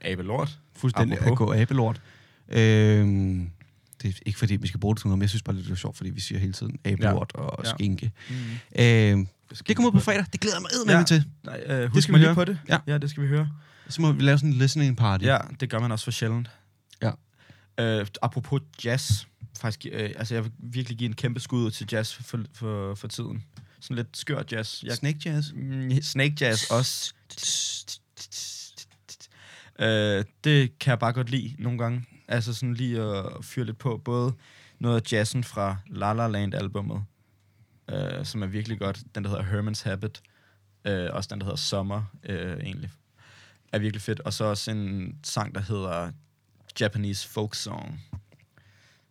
Abe Lort. fuldstændig at Apropos. gå abelort. Øhm, det er ikke fordi, vi skal bruge det til noget, men jeg synes bare, det er lidt sjovt, fordi vi siger hele tiden abelort ja. og Ja. ja. skinke. Mm. Øhm, skal det kommer ud på fredag. Det glæder jeg mig eddermame Ja. ja. til. Nej, øh, husk Det det skal skal vi mig lige høre. på det. Ja. ja, det skal vi høre. Så må vi lave sådan en listening party. Ja, det gør man også for sjældent. Ja. Øh, apropos jazz, faktisk, øh, altså jeg vil virkelig give en kæmpe skud ud til jazz for, for, for tiden. Sådan lidt skør jazz. Jeg, Snake jazz. Mm, snake jazz også. Øh, det kan jeg bare godt lide nogle gange. Altså sådan lige at fyre lidt på både noget af jazzen fra La La Land albummet, øh, som er virkelig godt. Den, der hedder Herman's Habit. Øh, også den, der hedder Sommer, øh, egentlig. Er virkelig fedt. Og så også en sang, der hedder Japanese Folk Song.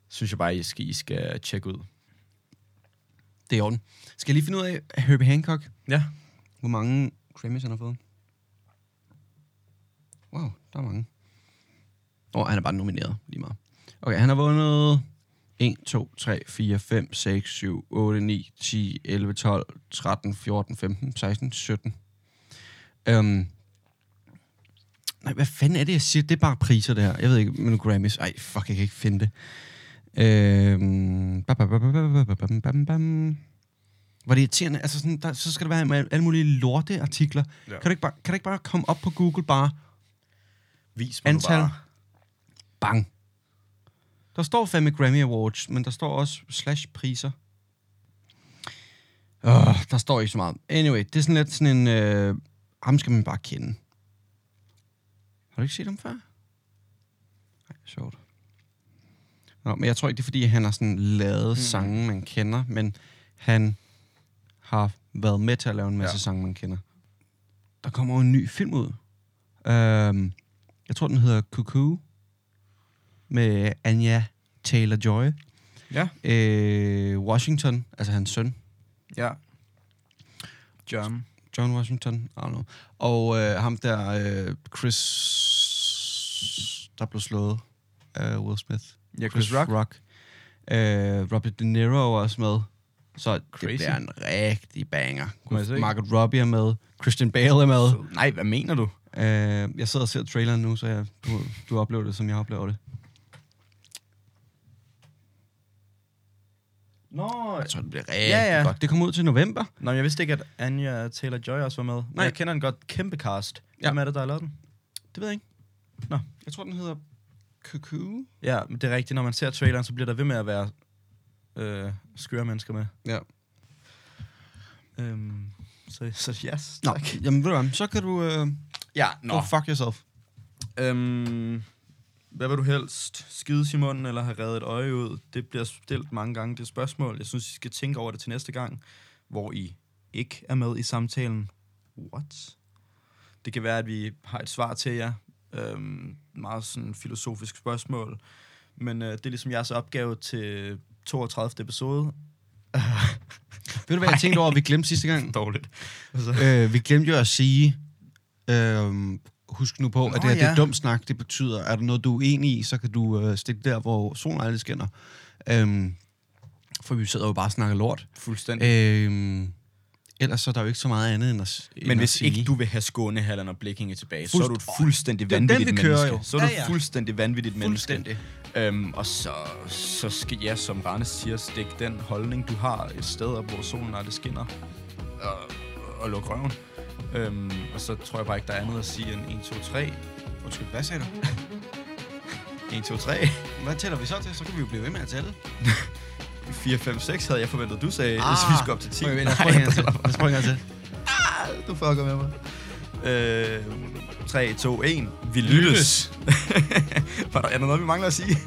Synes jeg bare, I skal, I skal tjekke ud. Det er i orden. Skal jeg lige finde ud af Herbie Hancock? Ja. Hvor mange Grammys han har fået? Wow, der er mange. Åh, oh, han er bare nomineret lige meget. Okay, han har vundet 1, 2, 3, 4, 5, 6, 7, 8, 9, 10, 11, 12, 13, 14, 15, 16, 17. Øhm, nej, hvad fanden er det, jeg siger? Det er bare priser, det her. Jeg ved ikke, men Grammys. Ej, fuck, jeg kan ikke finde det. Øhm, bam, bam, bam, bam, bam, bam, bam, bam. Hvor det er irriterende. Altså, sådan, der, så skal der være med alle mulige lorte artikler. Ja. Ja. Kan, du ikke bare, kan du ikke bare komme op på Google bare? Vis mig nu Antal. bare. Bang. Der står fandme Grammy Awards, men der står også slash priser. Uh, der står ikke så meget. Anyway, det er sådan lidt sådan en... Øh, ham skal man bare kende. Har du ikke set ham før? Nej, sjovt. Nå, men jeg tror ikke, det er fordi, han har sådan lavet mm. sange, man kender, men han har været med til at lave en masse Ja. ja. sange, man kender. Der kommer jo en ny film ud. Øhm, jeg tror, den hedder Cuckoo med Anja Taylor-Joy. Ja. Øh, Washington, altså hans søn, Ja. John. John Washington, I don't know. Og øh, ham der, øh, Chris, der blev slået af Will Smith. Ja, Chris Rock. Rock. Øh, Robert De Niro er også med. Så Crazy. Crazy. det bliver en rigtig banger. Må jeg se? Margaret Robbie er med, Christian Bale er med. Nej, hvad mener du? Øh, jeg sidder og ser traileren nu, så jeg, du, du oplever det, som jeg oplever det. Nå, Jeg tror, det bliver rigtig Ja, ja, ja. ja. godt. Det kommer ud til november. Nå, men jeg vidste ikke, at Anja Taylor-Joy også var med. Men Nej. Jeg kender en godt kæmpe cast. Ja. Hvem er det, der har lavet den? Det ved jeg ikke. Nå. Jeg tror, den hedder Cuckoo. Ja, men det er rigtigt. Når man ser traileren, så bliver der ved med at være øh, skøre mennesker med. Ja. Øhm, så, så yes, Nå, tak. jamen ved du hvad, så kan du... Øh, Ja, go fuck yourself. Øhm, hvad vil du helst? Skides i munden eller have reddet et øje ud? Det bliver stillet mange gange, det spørgsmål. Jeg synes, I skal tænke over det til næste gang, hvor I ikke er med i samtalen. What? Det kan være, at vi har et svar til jer. Øhm, meget sådan filosofisk spørgsmål. Men øh, det er ligesom jeres opgave til 32. episode. Ved du hvad, jeg tænkte over, at vi glemte sidste [LAUGHS] gang? Dårligt. Altså, øh, vi glemte jo at sige, øh, husk nu på, Nå, at det her ja. det ja. er dum snak, det betyder, er der noget, du er uenig i, så kan du øh, stikke der, hvor solen aldrig skinner. Øh, for vi sidder jo bare og snakker lort. fuldstændig. Øh, ellers så er der jo ikke så meget andet end at s- end Men at hvis sige. ikke du vil have Skånehallen og Blikkinge tilbage, så er du et Fuldst- fuldstændig Det er den, vi vanvittigt kører menneske. jo. Så er du Ja, et ja. fuldstændig vanvittigt menneske. Fuldstændig. Øhm, og så, så skal jeg, som Rane siger, stikke den holdning, du har et sted, op, hvor solen aldrig skinner, og, og lukke røven. Øhm, og så tror jeg bare ikke, der er andet at sige end 1, 2, 3. Undskyld, hvad sagde du? 1, 2, 3. Hvad tæller vi så til? Så kan vi jo blive ved med at tælle. 4, 5, 6 havde jeg forventet, du sagde, ah, så vi skulle op til 10. Okay, lad os Nej, prøve en gang til. der var- Lad os prøve en gang til. du fucker med mig. Øh, 3, 2, 1. Vi lyttes. [LAUGHS] Var der, er der noget, vi mangler at sige?